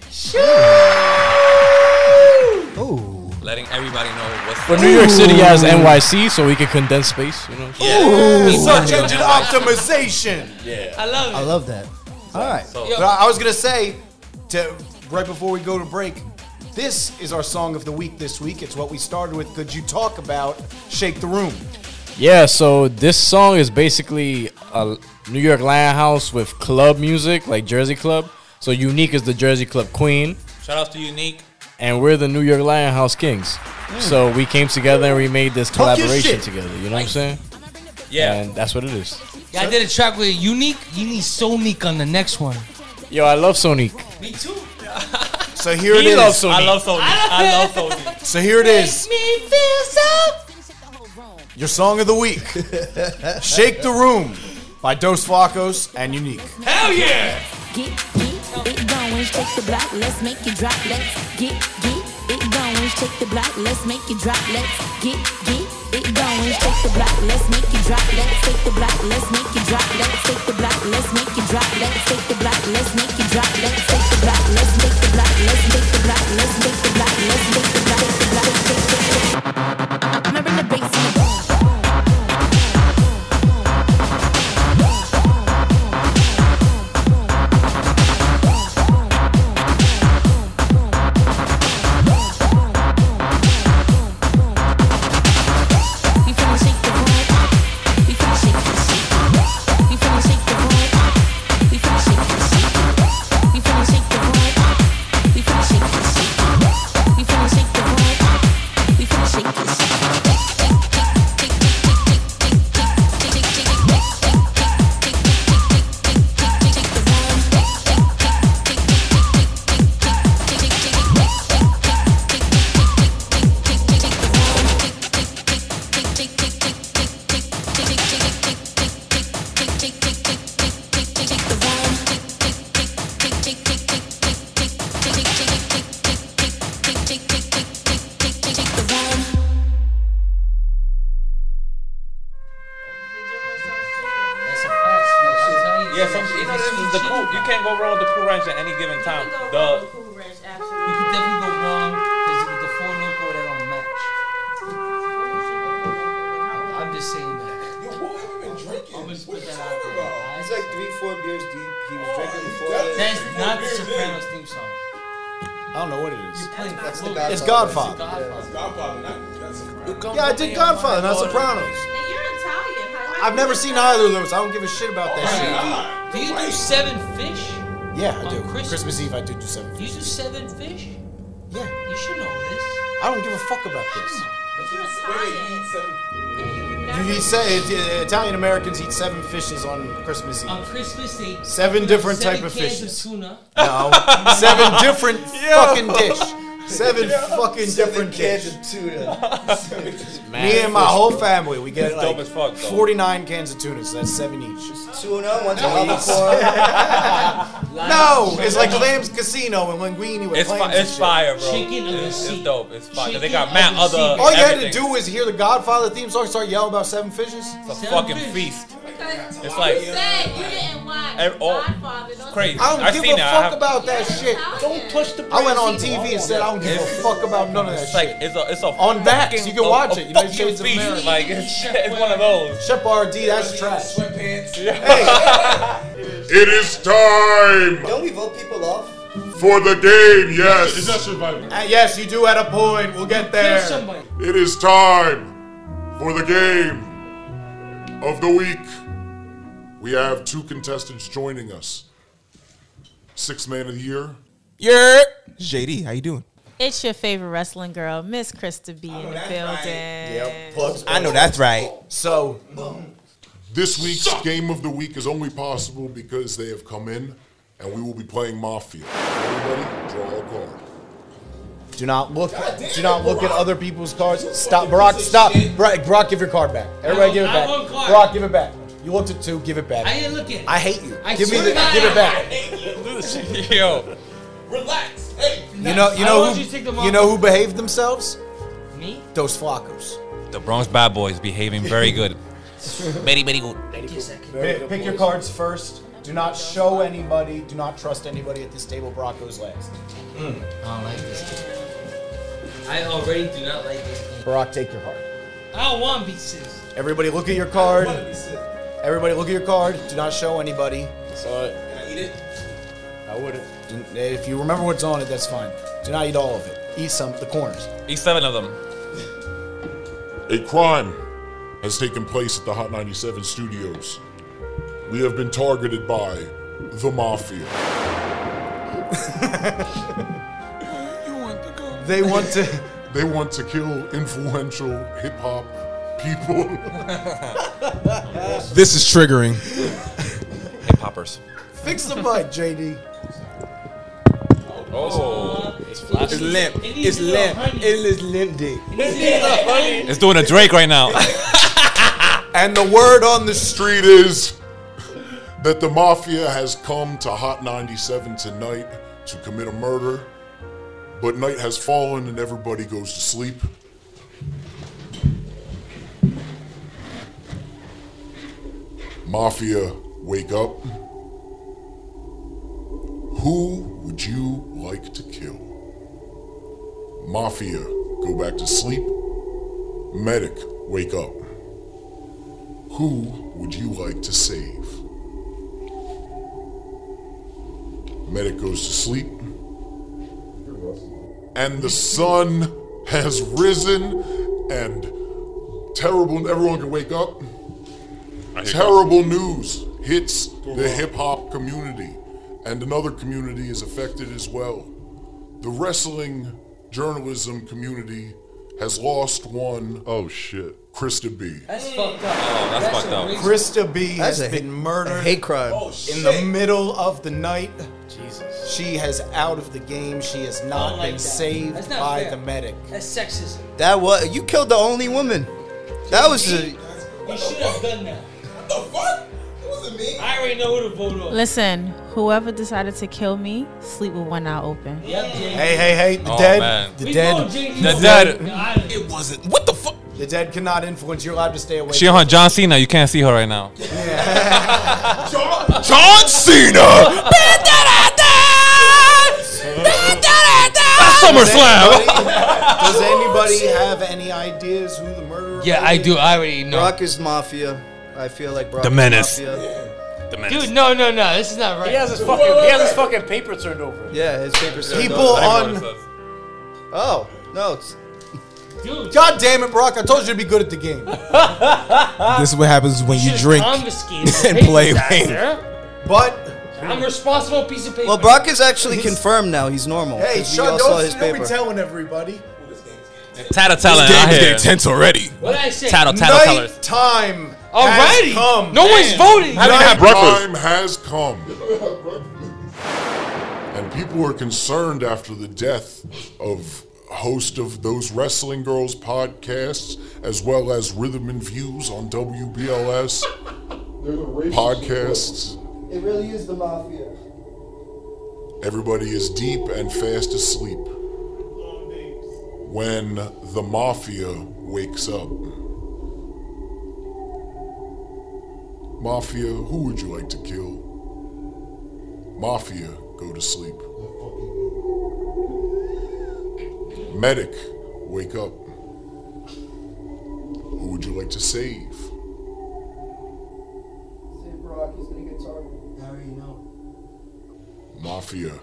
Oh.
Letting everybody know what's
But New York City has NYC, so we can condense space, you know?
Yeah. He's
Search
such a
engine optimization.
I love it.
I love that. All right.
So
Yo.
But I I was gonna say, to, right before we go to break, this is our song of the week this week. It's what we started with. Could you talk about "Shake the Room"?
Yeah, so this song is basically a New York Lion House with club music, like Jersey Club. So Unique is the Jersey Club queen,
shout outs to Unique.
and we're the New York Lion House kings. So we came together and we made this
Talk your
collaboration
shit.
together, you know what I'm saying?
Yeah.
And that's what it is.
Yeah, I did a track with Unique. You need Sonic on the next one.
Yo, I love Sonic.
Me too.
So here it
He
is.
loves Sonic.
I love Sony. I love Sony.
so here it is.
Me feel so.
Your song of the week, "Shake the Room" by Dos Flacos and Unique.
Hell yeah.
Get, get it going, shake the block, let's make it drop. Let's get, get it going, shake the block, let's make it drop. Let's get, get it going, shake the block, let's make it drop. Let's take the block, let's make it drop. Let's take the block.
Yeah, some, you know, this is the cool. You can't go wrong with the cool ranch at any given time. The
Cool Ranch,
You
absolutely.
could definitely go wrong because with the four loco that don't match. I'm just saying that.
Yo, what have we been drinking?
I'm just
What you
put that
talking about?
out
He's
there.
like three, four beers deep. He was drinking
he's
before.
definitely-
That's not the Sopranos theme song.
I don't know what it is.
You're playing
That's the
Loco.
Godfather.
It's Godfather.
Godfather.
Godfather, not that's a
Yeah, I did Godfather, not Sopranos.
And you're Italian. How- how
I've
you
never
get
seen
that?
either of those. I don't give a shit about that shit.
God.
Do you
Why?
do seven fish?
Yeah, I
On
do.
Christmas-
Christmas, Eve, I do do seven.
Do you do seven fish?
Yeah,
You should know this.
I don't give a fuck about this.
You're Italian.
You eat se- uh, Italian Americans eat seven fishes on Christmas Eve.
On Christmas they
Seven
you
different
seven
type of
cans
fishes.
tuna.
No, seven different fucking dish. Seven fucking different
cans
dish.
of
*laughs*
tuna.
Me and my whole family, we get
It's dope
like
as fuck, though.
49 cans of tuna, so that's seven each.
Tuna, one's
*laughs*
albacore.
No, it's like Lamb's Casino and Linguini with
It's,
clams
fi-
and
it's
shit.
fire, bro.
Chicken of the
it's,
sea.
it's dope. It's fire. 'Cause They
Chicken
got
of
mad
the
other.
sea.
All you had to
everything.
do was hear the Godfather theme song, start yelling about seven fishes.
It's a
Seven
fucking
fish.
feast.
Because
It's like-
you said you didn't watch
Ev- oh,
Godfather. Don't
Crazy.
I don't
I've
give
seen
a
that. I
fuck
have-
about that shit.
Don't push the.
I went on TV and said I don't give a
It's-
fuck about none of that
It's like
shit.
it's a it's a
On Max,
fucking,
you can
a-
watch
a
it. United
fucking
States of
feast.
America.
Like it's, it's one of those.
Shep RD, that's trash.
Sweatpants.
It is time
Don't we vote people off?
for the game,
Is
yes.
that survivor?
Uh, yes, you do at a point. We'll get
Kill
there.
somebody.
It is time for the game of the week. We have two contestants joining us. Sixth man of the year.
You're
JD, how you doing?
It's your favorite wrestling girl, Miss Krista B in the building.
I know that's right. So,
This week's game of the week is only possible because they have come in and we will be playing Mafia. Everybody, draw a card.
do not look. Do not look at other people's cards. Stop, Brock. Stop. Brock, Brock, give your card back. Everybody, give it
I
back.
want card.
Brock, give it back. You looked at two. Give it
I
back.
didn't look at it.
I hate you.
I
Give me
swear
the.
to God,
Give it back.
yo.
Relax. Hey,
You know, you
I
know,
want you to take them
who,
off.
you know who behaved themselves?
Me?
Those flockers.
The Bronx Bad Boys behaving very good. Very very good.
Pick, your cards first. Do not show anybody. Do not trust anybody at this table. Brock goes last.
I don't like this game. I already do not like this game.
Brock, take your card.
I don't want beaches.
Everybody, look at your card. Everybody, look at your card. Do not show anybody.
Saw it.
I eat it.
I wouldn't.
Do- If you remember what's on it, that's fine. Do not eat all of it. Eat some the corners.
Eat seven of them.
A crime has taken place at the Hot 97 studios. We have been targeted by the Mafia.
They want to.
They want to kill influential hip hop people. *laughs*
This is triggering.
Hip hoppers.
*laughs* Fix the mic, JD.
Oh,
It's limp.
It needs It's to be limp. honey. It
is limp dick.
it's doing a Drake right now. *laughs*
And the word on the street.
Street is that the Mafia has come to Hot 97 tonight to commit a murder, but night has fallen and everybody goes to sleep. Mafia, wake up. Who would you like to kill? Mafia, go back to sleep. Medic, wake up. Who would you like to save? Medic goes to sleep. And the sun has risen and terrible everyone can wake up. Terrible news hits the hip hop community and another community is affected as well. The wrestling journalism community has lost one. Oh shit. Krista B.
That's fucked up.
that's fucked
a
up.
racist-
Krista B has
That's a
been
hate-
murdered
Hate crime.
in the middle of the night.
Jesus.
She has out of the game. She has
I
not
don't like
been
that. That's
saved
not
by
fair.
the medic.
That's sexism.
That was you killed the only woman. That was a,
You should have done that.
What the fuck? It wasn't me.
I already know who to vote on.
Listen, whoever decided to kill me, sleep with one eye open.
Yep, Jay.
Hey, hey, hey! The
Oh,
dead,
man.
the
we
dead,
vote Jay.
The dead.
It wasn't. What the fuck?
the dead cannot influence. You're allowed to stay away.
She on her John Cena. You can't see her right now.
John,
John Cena.
SummerSlam.
Does anybody have any ideas who the murderer?
Yeah, I do. I already know.
Brock is mafia. I feel like Brock
The
is
menace.
mafia.
The man.
Dude, no, no, no. This is not right.
He has his fucking he has his fucking paper turned over.
Yeah, his papers. turned
People
over.
on.
Oh no, it's,
Dude,
God damn it, Brock! I told you to be good at the game.
*laughs* This is what happens when you
should've
drink.
confiscated
*laughs*
the
and
papers
play
out
Wayne.
there.
But
I'm responsible piece of paper.
well, Brock is actually confirmed now. He's normal.
hey,
'cause we
shut
all saw his
up! Don't be
paper.
telling everybody.
Tattletelling.
Game
I
is
hear.
day tense already.
What did I say?
Tattle, tattle, tellers.
Night time.
Alrighty.
Come.
No one's voting.
How do you have breakfast?
Time has come. And people were concerned after the death of host of those Wrestling Girls podcasts, as well as Rhythm and Views on WBLS podcasts.
It really is the mafia.
Everybody is deep and fast asleep. When the mafia wakes up. Mafia, who would you like to kill? Mafia, go to sleep. Medic, wake up. Who would you like to save?
Brock is gonna get targeted. How do you know?
Mafia.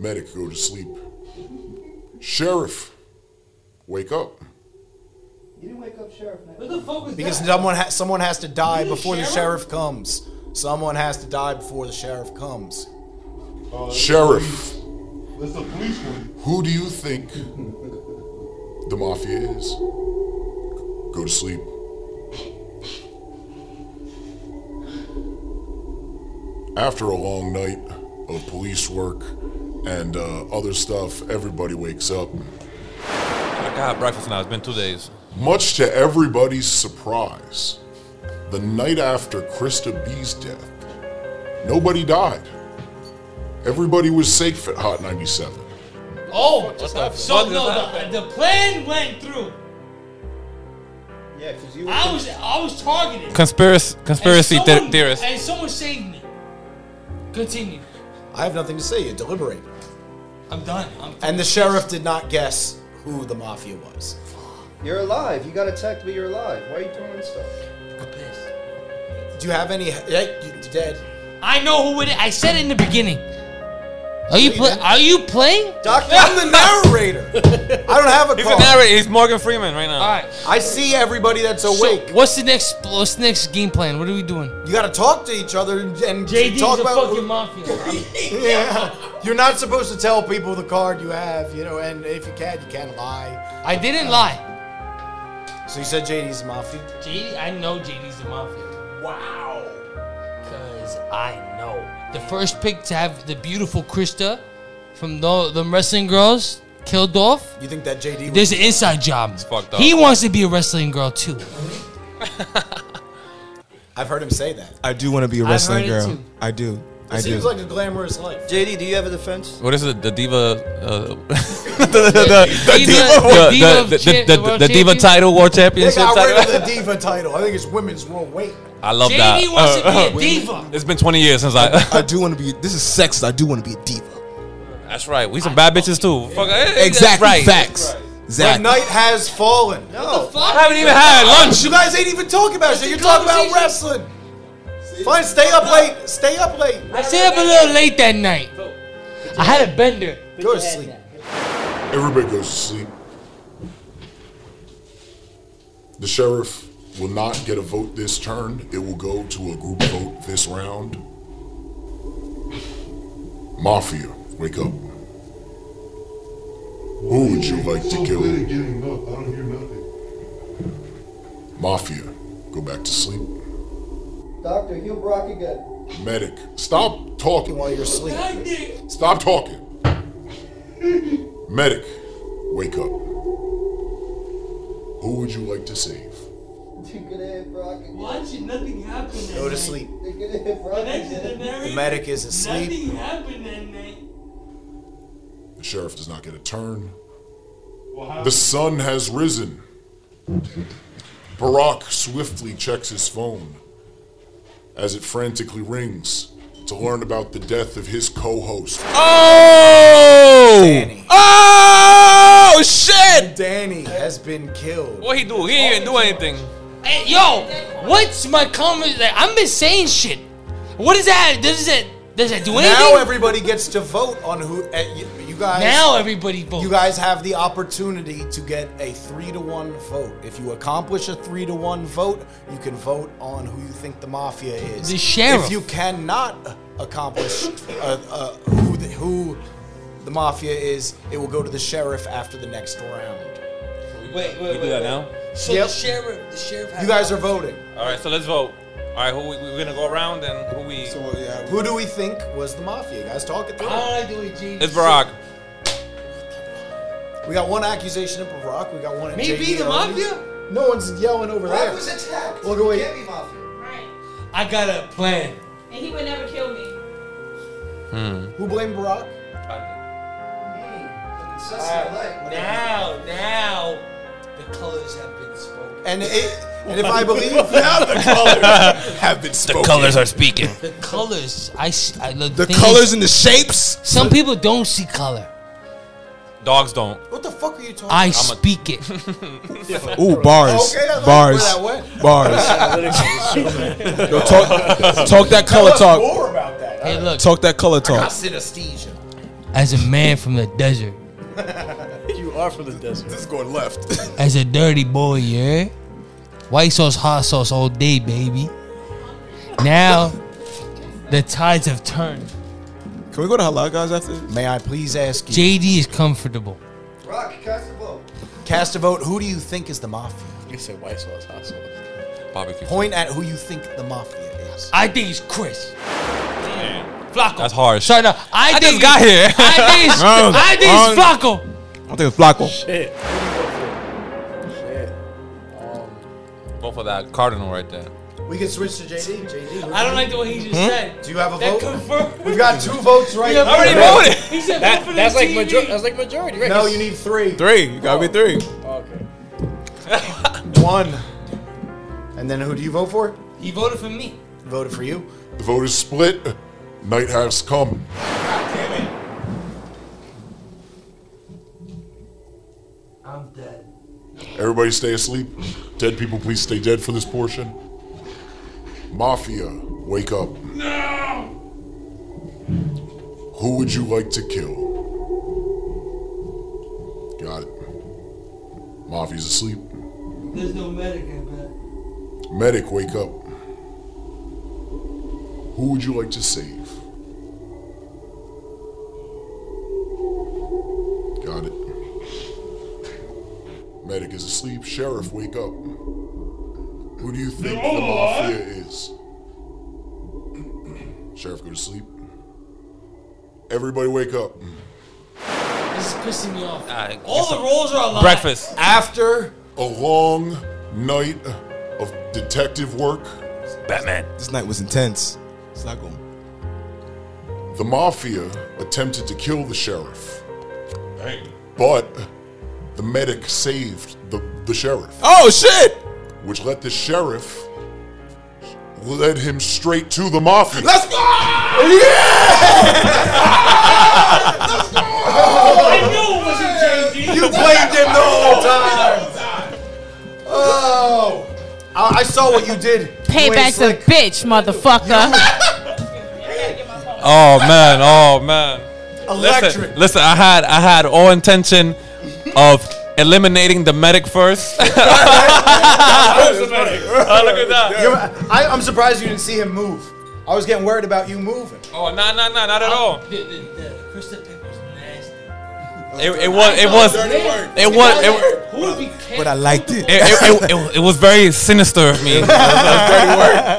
Medic, go to sleep. Sheriff, wake up.
You didn't wake up sheriff. Man.
What the fuck was
Because
that?
someone ha- someone has to die before the
sheriff?
sheriff comes. Someone has to die before the sheriff comes.
Sheriff,
That's the police one.
who do you think the mafia is? Go to sleep. After a long night of police work and uh, other stuff, everybody wakes up.
I gotta have breakfast now. It's been two days.
Much to everybody's surprise, the night after Krista B's death, nobody died. Everybody was safe at Hot 97.
Oh, so
fuck
no,
is
the, the plan went through.
Yeah, because you.
I was I was targeted. And
Conspiracy, conspiracy the-
someone-
theorist.
And someone saved me. Continue.
I have nothing to say. You deliberate.
I'm done. I'm
And the sheriff did not guess who the mafia was.
You're alive. You got attacked, but you're alive. Why are you doing stuff?
pissed.
Do you have any? Yeah, you're dead.
I know who it is. I said it in the beginning. Are you
play-
play- Are you playing? *laughs*
Doctor,
I'm the narrator. I don't have a
He's a
car.
narrator. He's Morgan Freeman right now.
All right.
I see everybody that's awake.
So what's the next? What's the next game plan? What are we doing?
you got to talk to each other and, and
JD's
talk
a
about.
fucking mafia.
*laughs* yeah. You're not supposed to tell people the card you have, you know. And if you can, you can't lie.
I didn't lie.
So you said JD's a mafia.
JD, I know JD's a mafia
Wow.
because I know. The first pick to have the beautiful Krista from the, the wrestling girls killed off.
You think that JD? Was,
There's an inside job. It's
fucked up.
He wants to be a wrestling girl too.
I've heard him say that.
I do want to be a
I've
wrestling
heard it
girl.
too.
I do.
It
I do.
seems like a glamorous life.
JD, do you have a defense?
What is it? The diva. Uh,
the, the, the, the diva.
Diva- The
the,
Diva
the, the,
champ-
the-
the world
the diva
champion?
title, world
They
championship
got rid
title.
of the diva title. I think it's women's world weight.
I love
JD *laughs*
that.
wants to be a
we-
diva.
It's been 20 years since I.
I do want to be. This is sexist. I do want to be a diva.
That's right. We some bad bitches too. Fuck, eh, that's
Exactly.
Right.
Facts.
The
Exactly.
night has fallen.
No.
I haven't even had lunch.
You guys ain't even talking about shit. You're
the
talking about
conversation.
wrestling. Fine, stay up late. Stay up late.
I stayed up a little late that night. I had a bender.
Go to sleep.
Everybody goes to sleep. The sheriff will not get a vote this turn. It will go to a group vote this round. Mafia, wake up. Who would you like to
So good at
kill?
getting up. I don't hear nothing.
Mafia, go back to sleep.
Doctor, heal Brock again.
Medic, stop talking.
While you're asleep.
Stop talking. Medic, wake up. Who would you like to save?
You could hit Brock again.
Watching nothing happen.
Go to sleep.
You could hit Brock
The medic is asleep.
happened that night.
The sheriff does not get a turn.
Well, how?
The sun has risen. Barack swiftly checks his phone. As it frantically rings, to learn about the death of his co-host.
Oh! Oh shit!
Danny has been killed.
What he do? He ain't even do anything.
Hey, yo, what's my comment? Like, I've been saying shit. What is that? Does it does it do anything?
Now everybody gets to vote on who. Uh, you, you guys.
Now everybody votes.
You guys have the opportunity to get a three to one vote. If you accomplish a three to one vote, you can vote on who you think the mafia is.
The sheriff.
If you cannot accomplish uh, uh, who, the, who the mafia is, it will go to the sheriff after the next round.
wait, wait,
We do that now.
So
Yep.
the sheriff, the sheriff. Has
You guys are voting.
All right, so let's vote. All right, who we, we're gonna go around and who we?
Who do we think was the mafia? Guys, talk it through.
I do it, G.
It's Barack.
We got one accusation of Barack. We got one. at
Me
JD
being the
Owens.
mafia?
No one's yelling over
I
there.
was attacked.
Look away.
Can't be mafia.
I got a plan.
And he would never kill me.
Who blamed Barack?
Incessant light.
Now, now, the colors have been spoken.
And it, and if I believe
Have been spoken.
are speaking.
The colors, I, s- I look.
The colors and the shapes.
some people don't see color.
Dogs don't.
what the fuck are you talking?
I
about?
speak it.
Ooh, bars,
Okay, I like
bars,
where that went.
*laughs*
bars. Yo, talk, talk that color talk.
More about that.
Hey, look.
Talk that color talk.
Synesthesia.
As a man from the desert,
You are from the desert.
It's going left.
as a dirty boy, yeah. White sauce, hot sauce all day, baby. Now, the tides have turned.
Can we go to halal guys after? this?
May I please ask you?
JD is comfortable.
Rock, cast the vote.
Cast a vote. Who do you think is the mafia?
You said white sauce, hot sauce.
Barbecue.
Point at who you think the mafia is.
I think it's Chris. Flacco.
That's harsh.
Sorry, no. I,
I
think
just got here.
I think *laughs* it's,
Wrong.
I think it's Flacco.
I don't think it's Flacco.
Shit.
Go for that cardinal right there.
We can switch to JD. JD. who-
I don't like the way he just said.
Do you have a
That
vote?
confirmed. *laughs*
We've got two votes right
Yeah,
now.
already
voted.
He said vote for the
that's like
TV.
majority. That's like majority, right?
No, you need three.
Three. You gotta be three.
Okay.
One. And then who do you vote for?
He voted for me.
Voted for you.
The vote is split. Night has come.
I'm dead.
Everybody stay asleep. Dead people, please stay dead for this portion. Mafia, wake up. No! Who would you like to kill? Got it. Mafia's asleep.
There's no medic in that.
Medic, wake up. Who would you like to save? Got it. Medic is asleep. Sheriff, wake up. Who do you think the mafia is? Sheriff, go to sleep. Everybody, wake up.
This is pissing me off.
right,
All the roles are alive.
Breakfast.
After
A long night of detective work.
Batman.
This night was intense. It's not going.
The mafia attempted to kill the sheriff. But the medic saved the, the sheriff,
Oh shit!
which let the sheriff led him straight to the mafia.
Let's go! Yeah!
I knew it wasn't JD.
you blamed him the whole time. Oh, I, I saw what you did.
Payback's a
Slick.
bitch, motherfucker.
Oh man. Oh man.
Electric.
Listen, listen, I had I had all intention of eliminating the medic
*laughs*
first. *laughs* look at that.
You're- I, I'm surprised you didn't see him move. I was getting worried about you moving.
Oh no no no not at all.
The, the, the Krista Pitt was nasty.
It, it was it was it was it,
Who would be ca-
But I liked it.
it, it, it, it was very sinister of me.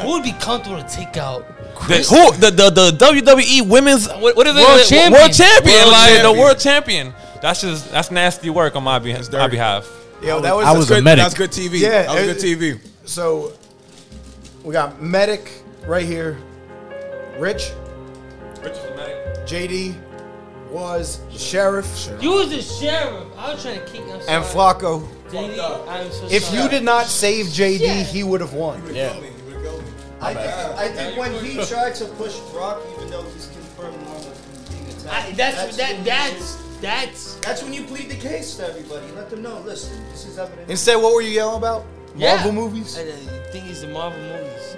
Who would be comfortable to take out?
The, *laughs* who the, the the WWE women's what, what is it?
World
The
champion.
World champion,
World
like
champion.
the world champion. That's just that's nasty work on my, beh- my behalf.
Yo, that was,
I
the
was a
good-
medic.
That was good TV.
Yeah,
that was
it-
good TV.
So we got medic right here. Rich, JD was the sheriff,
You was the sheriff. I was trying to kick. I'm sorry.
and Flacco.
JD, I'm so
If
sorry.
you did not save JD, he would have won.
Yeah.
I think, I think when he tried to push Brock, even though he's confirmed Marvel being attacked,
I- that's- that- that's- uh,
that's that's when you plead the case to everybody. Let them know. Listen, this is evidence.
Instead, what were you yelling about? Marvel movies?
And, uh, the thing is, the Marvel movies.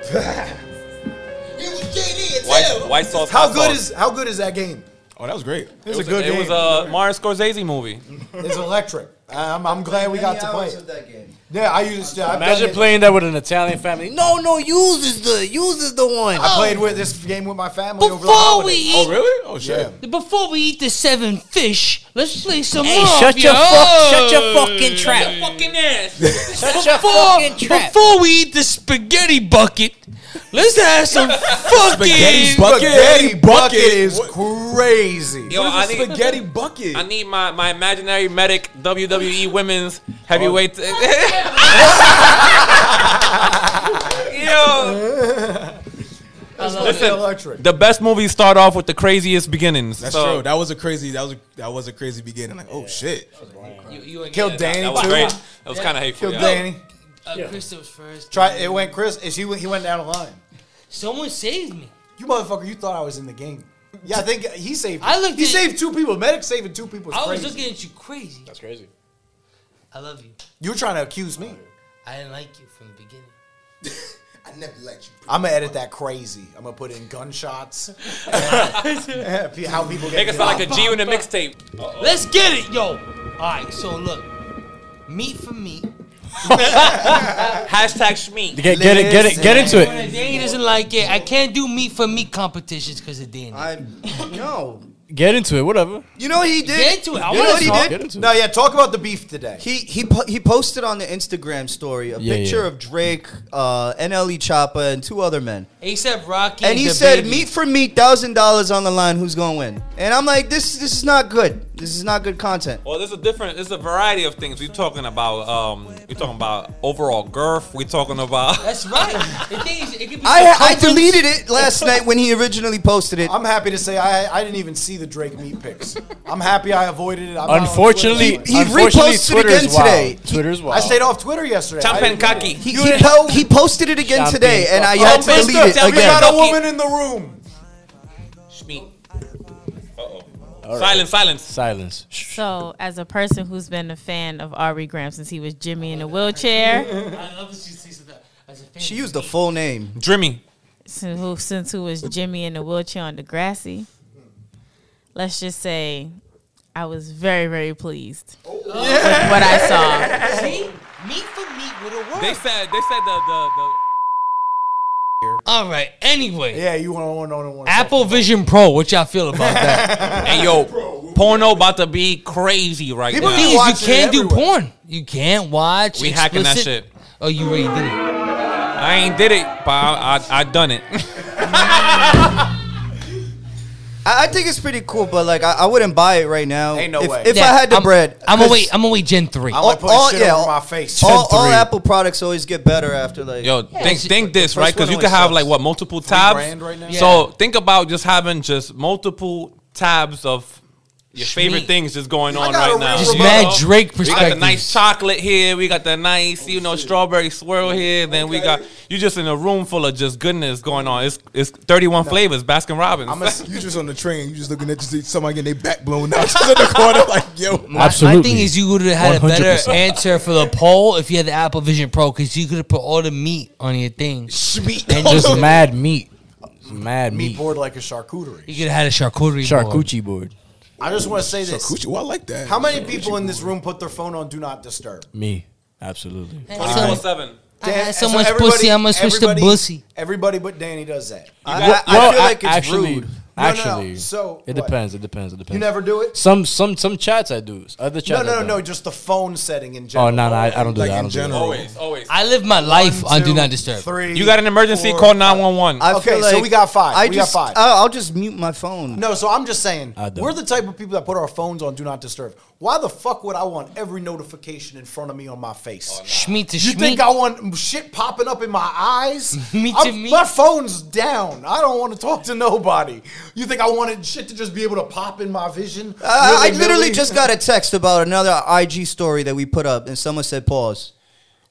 White, white sauce.
How
hot
good
sauce.
is how good is that game?
Oh, that was great.
It was, uh, a good
it
game.
was a Martin Scorsese movie.
it's electric. I'm, I'm glad we got to play
hours
it.
of that game.
Yeah, I used to. I've done
Imagine
it.
playing that with an Italian family. No, no, use is the use is the one.
I played with this game with my family over the
Before we
holidays.
eat,
really? Oh shit.
Yeah.
before we eat the seven fish, let's play some.
Hey,
up,
shut your
yo.
fuck- shut your fucking trap.
Shut your fucking ass.
Shut your fucking
Before,
trap.
before we eat the spaghetti bucket, let's have some fucking
Spaghetti bucket.
Spaghetti bucket is
What-
crazy.
Yo, I need,
Spaghetti bucket.
I need my, my imaginary medic WWE women's heavyweight. *laughs* Yo, listen.
electric.
The best movies start off with the craziest beginnings.
That's
so
true. That was a crazy. That was a, that was a crazy beginning. Like, oh shit.
You, you ain't
Killed
get
Danny
That was
too.
great. That was kind of hateful.
Killed
yeah.
Danny.
Uh, Christoph first.
Try it went Chris. and She went, he went down the line.
Someone saved me.
You motherfucker, you thought I was in the game. Yeah, I think he saved.
I looked
He
at-
saved two people. Medic saving two people. Is
I was
crazy.
looking at you crazy.
That's crazy.
I love you.
You were trying to accuse me.
I didn't like you from the beginning.
I never liked you.
I'm gonna edit that crazy. I'm gonna put in
*laughs*
gunshots. How people get
Make it sound like a G in the mixtape.
Let's get it, yo. All right, so look, meat for meat.
Hashtag Shmi.
Get, get it, get it, get into it.
Danny doesn't like it. I can't do meat for meat competitions because of Danny.
I no.
Get into it. Whatever.
You know what he did?
Get into it. I
you
wanna
know what he
talk.
did?
Get into it.
No, yeah. Talk about the beef today.
He he po- he posted on the Instagram story a
Yeah,
picture
yeah.
of Drake, uh, NLE Choppa, and two other men.
ASAP Rocky
and he
the
said,
baby.
"Meat for meat, thousand dollars on the line. Who's gonna win?" And I'm like, "This, this is not good. This is not good content."
Well, there's a different. There's a variety of things. We're talking about. Um, we're talking about overall girth. We're talking about.
That's right. the thing is, it could be.
I I
circumference.
deleted it last night when he originally posted it.
I'm happy to say I I didn't even see the Drake meat pics. I'm happy I avoided it. I'm not on
Unfortunately,
Twitter.
He- he
unfortunately,
reposted
Twitter's
again
wild.
today.
Twitter's wild.
I stayed off Twitter yesterday. I
Champen
didn't know.
kaki.
He, he, po- he posted it again
Champagne
today, and I
fuck.
had
Oh,
to
mister,
delete it
tell me
We
again.
about
got a
Kaki.
woman in the room.
Shmi. Uh oh. Silence. Silence.
Silence. Shh.
So, as a person who's been a fan of Aubrey Graham since he was Jimmy
Oh
in a wheelchair,
I love that she sees that as a fan.
She used the full name.
Drimmy.
since who, since who was Jimmy in a wheelchair on Degrassi, let's just say I was very, very pleased with what I saw.
See, meat for meat would have worked.
They said. They said the the the.
All right. Anyway,
Yeah, you want one on one.
Apple Vision Pro. What y'all feel about that?
Hey yo, porno about to be crazy right
the
People
thing
now.
be-
is,
watching
you can't
it
do
everywhere.
porn. You can't watch.
We hacking that
explicit-
shit.
Oh, you already did it.
I ain't did it, but I I, I
*laughs*
done it.
I, I think it's pretty cool, but like, I, I wouldn't buy it right now.
Ain't no
if,
way.
If I
Yeah,
had the
I'm-
bread,
I'm gonna
'cause
wait. I'm gonna wait Gen three.
I'm like putting
all-
shit
yeah,
over
all-
my face.
All, all Apple products always get better after like.
Yo, think
it's-
think this
the
right
first one
because you
only
could have
sucks.
like what multiple
grand
tabs.
right now?
So think about just having just multiple tabs of your
Shmeat.
favorite things just going on
got a
right now.
real
Just
Bro,
mad Drake
We got the
perspective.
nice chocolate here. We got the nice, you know, strawberry swirl here. Then we got you just in a room full of just goodness going on. It's it's thirty one flavors, Baskin Robbins.
I'm a,
You just on the train. You just looking at you see somebody getting their back blown out. *laughs* Just in the corner, like yo.
Absolutely.
My thing is, you would have had a better
100%.
answer for the poll if you had the Apple Vision Pro because you could have put all the meat on your thing.
*laughs*
and
*laughs*
just mad meat. Mad
meat
meat.
board like a charcuterie.
You could have had a charcuterie board.
Charcuterie board.
I just want to say this.
Coochie, well, I like that.
How many people in this room put their phone on do not disturb?
Me. Absolutely.
Twenty four seven.
I had
Dan- so
someone's
everybody-
pussy. I'm gonna switch to
everybody-
bussy.
Everybody but Danny does that.
I, I, I feel like it's
actually,
rude.
no, no.
Actually,
So,
it
what?
depends. It depends. It depends.
You never do it?
Some some some chats I do. Other
No,
chats. I
no, no,
don't.
no. Just the phone setting in
Oh
general.
no, no, I, I don't do
Like
that. I
in
don't do that.
general.
Always, always.
I live my life on Do
Two,
Not Disturb.
Three.
You got an emergency?
four,
Call
five.
nine one one.
I
Okay,
feel
so
like
we got five.
I
We got
just, uh,
five.
I'll, I'll just mute my phone.
No, so I'm just saying,
I don't.
we're the type of people that put our phones on do not disturb. Why the fuck would I want every notification in front of me on my face?
Shmeet to
You
shmeet.
think I want shit popping up in my eyes?
Me to
I'm-
me.
My phone's down. I don't want to talk to nobody. You think I wanted shit to just be able to pop in my vision?
Uh, I, I
Willy-nilly?
literally just got a text about another IG story that we put up, and someone said pause.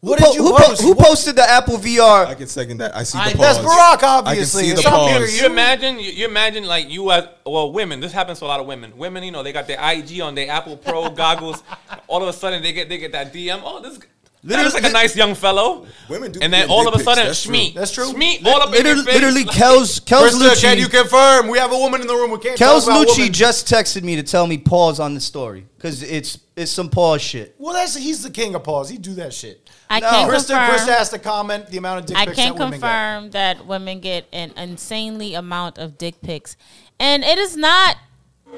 What
po-
did you
who
post?
who posted the Apple VR?
I can second that. I see the
I-
pause.
That's
I
Barack,
can
obviously.
see the
It's not
pause.
You imagine, you, you imagine like you as well, women. This happens to a lot of women. Women, you know, they got their IG on their Apple Pro goggles. All of a sudden, they get they get that DM. Oh, this. That looks like a nice young fellow.
Women do
and then
get
all
dick
of
pics,
a sudden,
that's true.
Shmeet.
That's true.
Shmeet, all up in your
Literally,
face.
literally Kels Kels
Krista, can
Lucci.
you confirm? We have a woman in the room. We can't
Kels
talk about
Lucci
women.
just texted me to tell me pause on the story because it's it's some pause shit.
Well, that's he's the king of pause. He do that shit.
I can
Krista,
confirm.
Krista has to comment the amount of dick
I
pics
can
that women get.
confirm that women get an insanely amount of dick pics, and it is not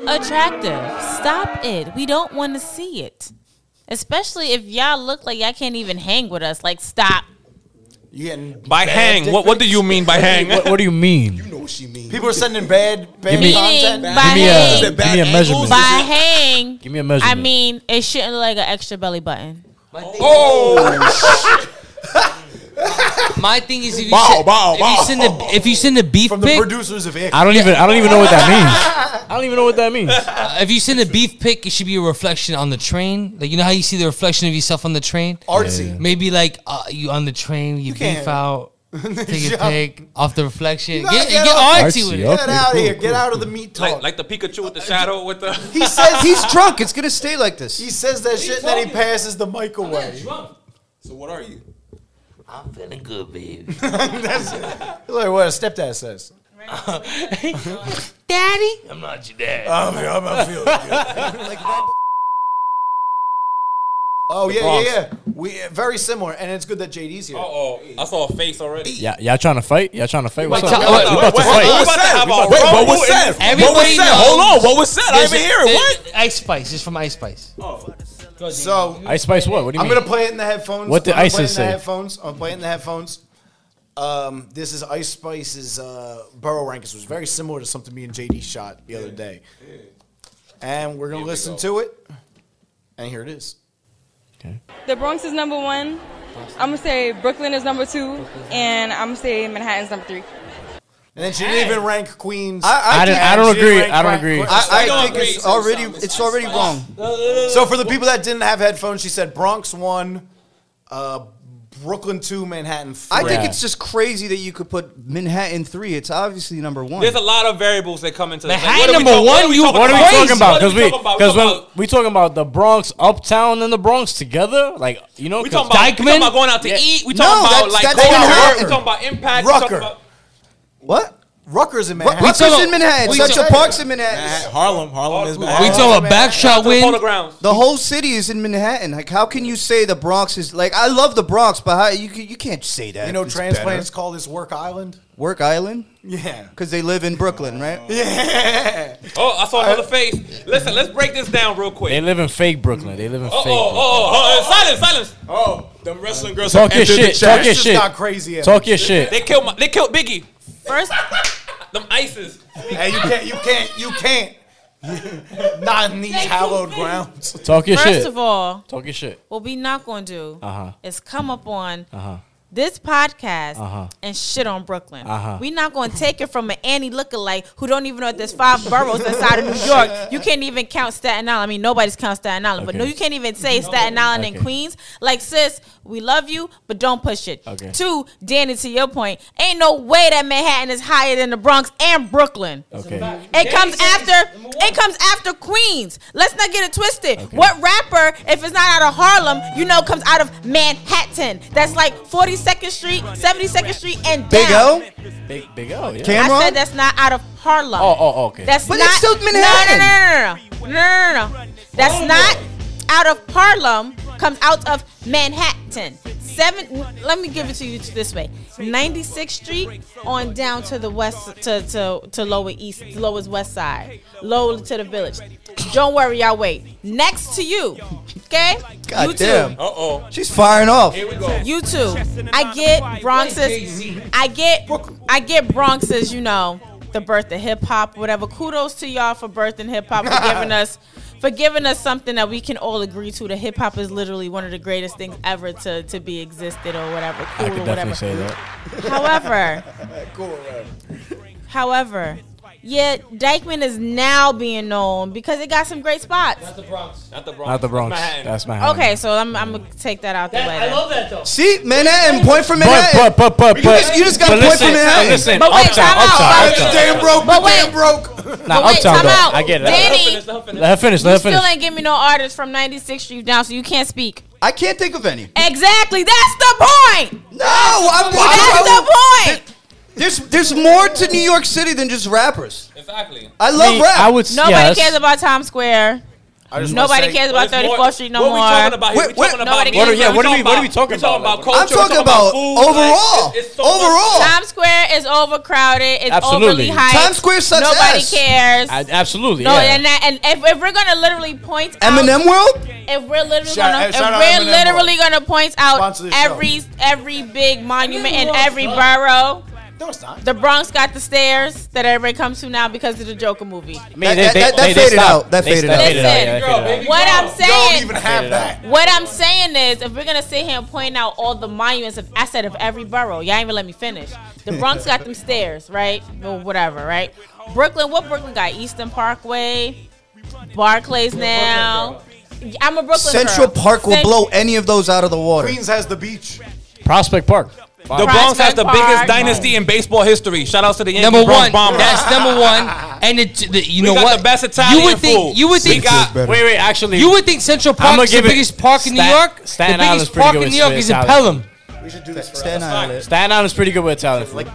attractive. Stop it. We don't want to see it, especially if y'all look like y'all can't even hang with us. Like, stop.
You getting
By
bad
hang.
dick
What, what do you mean by hang?
What, what do you mean?
You know what she means.
People are sending bad, bad
Give me-
content.
Give
Meaning,
me
Bang.
a
Is
give
it
me a measurement.
By hang,
Give me a measurement.
I mean it shouldn't look like an extra belly button.
My thing is if you,
Bow,
send,
bow,
if,
bow.
you send *laughs* the, if you send the beef
from the
pic,
producers of Ick.
I don't even I don't even know what that means. I don't even know what that means.
uh, if you send a beef pic, it should be a reflection on the train. Like you know how you see the reflection of yourself on the train.
Artsy.
Maybe like uh, you on the train, you, beef
can't.
out, take a
Yeah.
pic off the reflection.
gotta
Get,
get
get
off-
artsy with
Artsy,
it.
okay,
Get out of
cool,
here.
cool.
Get out of the meat
Like,
talk.
like the Pikachu with the shadow with the.
he says
He's drunk. It's gonna stay like this.
he says that shit and then he passes the mic away.
So what are you?
I'm feeling good, babe.
Look what a stepdad says.
Daddy, I'm not your dad.
I'm, I'm, I'm feeling
Oh yeah, yeah,
Bronx.
yeah. We very similar, and it's good that JD's here.
Uh oh. I saw a face already.
Yeah, y'all trying to fight? Y'all trying to fight? What's
Wait,
up?
tell- wait,
We about to
wait, wait,
fight.
wait. about to have
Wait, wait,
our
what
Rumble
was said? What was
Everybody
said? Hold
knows-
on. What was said? I didn't hear it. What?
Ice Spice. It's from Ice Spice.
So
Ice Spice what? What do you
I'm
mean?
gonna play it in the headphones.
What did
I'm gonna
ISIS
play it in
say?
The headphones. I'm playing the headphones. Um, this is Ice Spice's uh, Burrow Rankings, which was very similar to something me and JD shot the other day. And we're gonna listen to it. And here it is.
The Bronx is number one. I'm gonna say Brooklyn is number two, and I'm gonna say Manhattan's number three.
And then she didn't even rank Queens.
I- I
I don't-
think-
I don't
She didn't
agree.
rank
I don't
Queens.
agree.
I,
don't
I think
agree.
it's already it's already wrong.
So for the people that didn't have headphones, she said Bronx one, uh, Brooklyn two, Manhattan three.
I think
Yeah.
it's just crazy that you could put Manhattan three. It's obviously number one.
There's a lot of variables that come into this.
Manhattan
what are we
number
talk-
one, you-
What are we talking about? Because
What are
we,
we talking about?
because
We talking
when
about-
we talking about the Bronx uptown and the Bronx together, like you know,
We
'cause-
talking about, we
Dykeman?
talking about going out to eat. We
No,
talking about
that's-
like
that's
going out.
Manhattan.
We talking about impact. we talking
Rucker.
about-
What?
Rutgers in
Ru-
Manhattan.
Rutgers in Manhattan.
we
Central
talk-
Park's in Manhattan.
Manhattan- Harlem. Harlem is
We
bad.
talking about
Uh,
backshot
to the Polo
win.
grounds.
The whole city is in Manhattan. Like, how can you say the Bronx is like? I love the Bronx, but how, you can- you can't say that.
You know,
It's
transplants call this
*laughs*
Work Island.
better. Work Island
Yeah.
because they live in Brooklyn, right? *laughs*
Oh, I saw another face. Listen, let's break this down real quick.
They live in fake Brooklyn. They live in
Oh,
fake.
oh,
Brooklyn.
oh, oh, silence, silence.
Oh, them wrestling girls
Talk
have
your
entered
shit.
the
Talk
chat.
your
This just
shit.
got crazy. Evan.
Talk your shit.
They killed my, they killed Biggie.
First,
Them ISIS.
Hey, you can't. You can't. You can't. *laughs* Not in these hallowed grounds.
Talk your
first
shit.
of all,
Talk your shit.
what we not gonna do
Uh-huh.
is come up on
Uh huh.
this podcast
Uh-huh.
and shit on Brooklyn.
Uh-huh.
We're not going to take it from an Annie lookalike who don't even know that there's five boroughs inside
*laughs*
of New York. You can't even count Staten Island. I mean, nobody's count Staten Island, but no,
Okay.
you can't even say Staten Island and
Okay.
Queens. Like, sis, we love you, but don't push it.
Okay.
Two, Danny, to your point, ain't no way that Manhattan is higher than the Bronx and Brooklyn.
Okay.
It comes after it comes after Queens. Let's not get it twisted. What rapper, if it's not out of Harlem, you know comes out of Manhattan. That's like 42nd Street, 72nd Street, and
Big
down.
O,
Big Big O. Yeah.
I
Cameron.
said that's not out of Harlem.
Oh oh okay.
That's
But
not
it's still Manhattan.
No, no, no, no, no, no, no, no, no. That's not out of Harlem. Comes out of Manhattan. Seven. Let me give it to you this way: 96th Street on down to the west to to, to lower east, lowest west side, lower to the village. Don't worry, y'all. Wait. Next to you, okay?
God
you too.
damn.
Uh oh.
She's firing off.
Here we go.
You too. I get Bronx's. I get. I get Bronx's. You know, the birth of hip hop, whatever. Kudos to y'all for birthing hip hop, for
*laughs*
giving us, for giving us something that we can all agree to. That hip hop is literally one of the greatest things ever to to be existed or whatever. Cool
I
or
could
whatever.
definitely say that.
However. However, Yeah, Dykeman is now being known because it got some great spots.
Not the Bronx.
Not the Bronx.
Not the Bronx. That's my
Okay, so I'm, I'm gonna take that out there. later. I love
that though.
See, Manhattan, point for Manhattan.
But but but but,
You
but
just- you just got
but
a point
listen,
from Manhattan.
Listen,
But wait,
uptown,
time out.
uptown,
But
uptown.
damn
broke, but wait, broke.
Nah,
but wait,
uptown
time
though.
out.
I get it.
Danny,
Let her finish.
you
Let her
still
finish.
ain't give me no artists from 96th Street down, so you can't speak.
I can't think of any.
Exactly, that's the point.
No, I'm.
That's
I'm-
the point.
There's there's more to New York City than just rappers.
Exactly.
I love
Me-
rap.
I would s-
Nobody
yeah, that's-
cares about Times Square.
I just wanna
Nobody
say-
cares
Well,
about
there's more-
34th Street no
what
more.
we talking about here? We talking about
Nobody
What
music,
cares
are- yeah,
about-
what are we- what are we talking
we talking
about?
about culture.
I'm
we
talking
about,
about
food.
overall.
Like, it's, it's so
overall.
Times Square is overcrowded. It's
Absolutely.
overly hyped.
Times Square sucks
Nobody
ass.
cares.
I- absolutely.
no,
yeah.
and, that, and if, if we're gonna literally point out,
Eminem world.
if we're literally
Shout-
gonna,
eh, shout out
if we're
Eminem
literally gonna point out
Sponsor the show.
every every big monument in
Eminem
every
sucks.
borough,
No, it's not.
the Bronx got the stairs that everybody comes to now because of the Joker movie.
I mean,
That- that- that- that faded
stopped.
out. That
They
faded out.
stopped. yeah, they
Listen,
faded out.
What I'm
Don't
saying,
even have that.
what I'm saying is, if we're gonna sit here and point out all the monuments of I said of every borough, y'all ain't even let me finish. The Bronx got them stairs, right? Or whatever, right? Brooklyn, what Brooklyn got? Eastern Parkway, Barclays now. I'm a Brooklyn
Central
girl.
Park will
Cent-
blow any of those out of the water.
Queens has the beach.
Prospect Park.
The Bronx has the
Prospect
biggest
Park.
dynasty in baseball history. Shout outs to the Yankees.
Number
Bronx
one.
Bombers.
That's number
*laughs*
one. And it, the, you
We
know
got
what?
the best Italian
you would think.
food.
You would
We
think.
got-
Wait, wait. Actually,
You would think Central Park
I'ma
is the
give it-
biggest park in New
Stat-
York.
Staten
the
Island's
biggest
pretty
park
good
in
with
New York
Spanish
is in
Italian.
Pelham.
Staten Island.
Staten Island's pretty good with Italian food.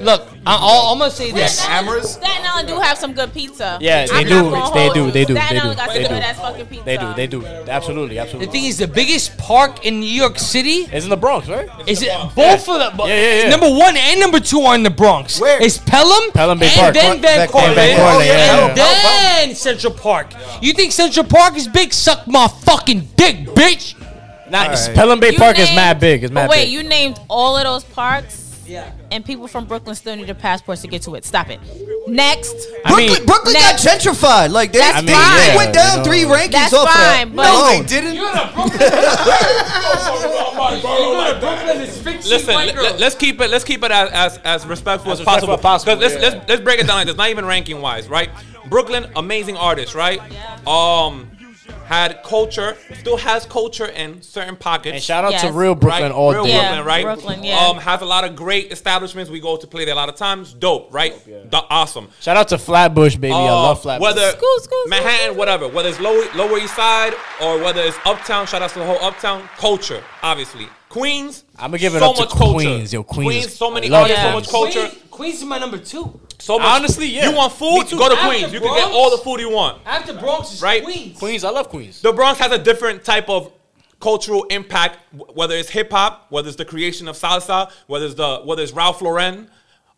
Look, I, all, I'm gonna say this.
Staten Island- Staten Island do have some good pizza.
Yeah, they
I'm
do.
not gonna
They
hold
do.
you.
They do.
Staten
They
Island
do.
got
They
some
do.
good ass fucking pizza.
They do. They do. Absolutely. Absolutely.
The thing is, the biggest park in New York City
It's in the Bronx, right?
is it both of the
Yeah, yeah, yeah.
number one and number two are in the Bronx.
Where?
It's Pelham,
Pelham Bay
and
Park.
then Van
Back-
Cortlandt,
Van Cortlandt, yeah,
and
yeah.
then Central Park. You think Central Park is big? Suck my fucking dick, bitch.
Nah, it's-
Alright.
Pelham Bay
You
Park is
named-
mad big. It's
but
mad
wait,
big.
you named all of those parks? And people from Brooklyn still need their passports to get to it. Stop it. Next.
I mean,
Brooklyn, Brooklyn got
Next.
gentrified. Like they,
That's
they,
fine.
they went down
Yeah,
three rankings
That's
off
fine,
of
but-
that.
No,
no,
They didn't.
Listen, le- le- let's keep it let's keep it as as, as respectful as,
As respectful
possible.
as possible,
'Cause let's,
yeah.
let's let's break it down like this. Not even ranking wise, right? Brooklyn, amazing artist, right? Um, had culture, still has culture in certain pockets.
And shout out to
Yes.
real Brooklyn
right?
all
Real
day.
Yeah.
Brooklyn, right?
Brooklyn, yeah.
Um, has a lot of great establishments. We go to play there a lot of times. Dope, right? Da- awesome.
Shout out to Flatbush, baby. I
Uh,
love Flatbush.
Whether
School, school,
Manhattan,
school.
whatever, whether it's lower, lower East Side or whether it's Uptown. Shout out to the whole Uptown culture, obviously. Queens,
I'ma give it
so
up to
much culture.
Queens, yo, Queens is-
so
I
many
love
artists, so
Queens.
much culture,
Queens, Queens is my number two.
so much.
Honestly, yeah.
You want
Me
food?
too.
Go to
After
Queens. You can get
Bronx.
all the food you want.
After Bronx is
Right?
Queens.
Queens, I love Queens.
The Bronx has a different type of cultural impact, wh- whether it's hip hop, whether it's the creation of salsa, whether it's the whether it's Ralph Lauren.